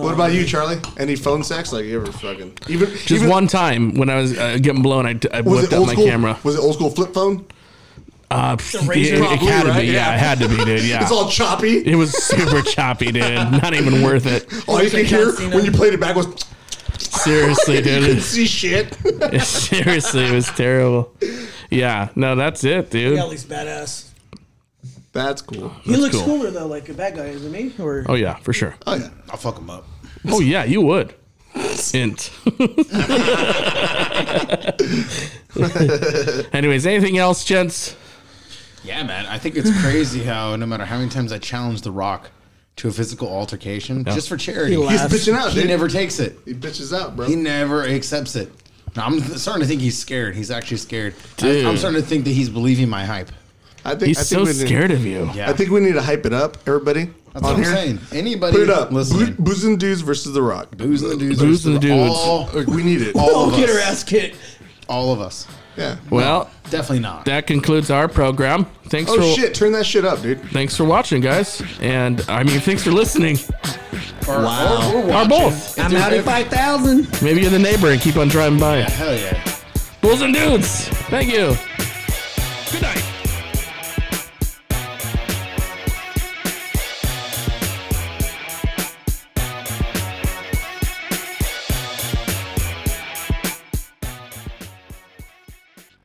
A: What about you, Charlie? Any phone sex? Like you ever fucking even
C: Just
A: even,
C: one time when I was uh, getting blown, I, I
A: Was
C: whipped
A: it
C: out
A: old
C: my
A: school?
C: camera.
A: Was it old school flip phone?
C: Uh, pff,
E: razor
C: it, it
A: probably,
C: had to
A: right?
C: be. Yeah,
A: Yeah.
C: it had to be, dude. Yeah.
A: It's all choppy.
C: it was super choppy, dude. Not even worth it.
A: All you could
E: like John
A: hear
E: Cena.
A: when you played it back was <laughs>
C: Seriously, dude.
A: see shit. <laughs>
C: <laughs> Seriously, it was terrible. Yeah. No, that's it, dude.
E: Yeah, at least badass.
A: That's cool.
E: He looks
C: cool.
E: cooler though, like a bad guy, isn't he? Or <laughs>
C: Oh yeah, for sure.
A: Oh yeah.
D: I'll fuck him up.
C: Oh yeah, you would.
A: <laughs>
C: Int. Anyways, anything else, gents?
D: Yeah, man. I think it's crazy how no matter how many times I challenge The Rock to a physical altercation, just for charity,
E: He
D: he,
E: laugh-
A: He's bitching out, dude.
D: never takes it.
A: he bitches out, bro.
D: He never accepts it. No, I'm starting to think he's scared. He's actually scared.
C: Dude.
D: I, am starting to think that he's believing my hype.
A: I think I
C: He's
A: think
C: so
A: we need-
C: scared of you.
D: Yeah.
A: I think we need to hype it up, everybody.
D: That's what I'm saying. Anybody
A: Put it up. Bo-
D: listening.
A: Booze and dudes versus the Rock.
D: Booze and the dudes.
C: Booze and the
D: versus
C: dudes.
D: All,
A: We need it.
D: all
E: Oh,
D: of
E: get her
D: us.
E: ass kicked.
D: All of us.
A: Yeah.
C: Well,
D: Definitely not.
C: that concludes our program. Thanks
A: Oh
C: for
A: shit! Turn that shit up, dude.
C: thanks for watching, guys, and I mean thanks for listening.
D: Or- or- or
C: Or
D: watching.
C: both.
E: I'm out at 5,000.
C: Maybe you're the neighbor and keep on driving by.
D: Hell yeah.
C: Bulls and dudes. Thank you.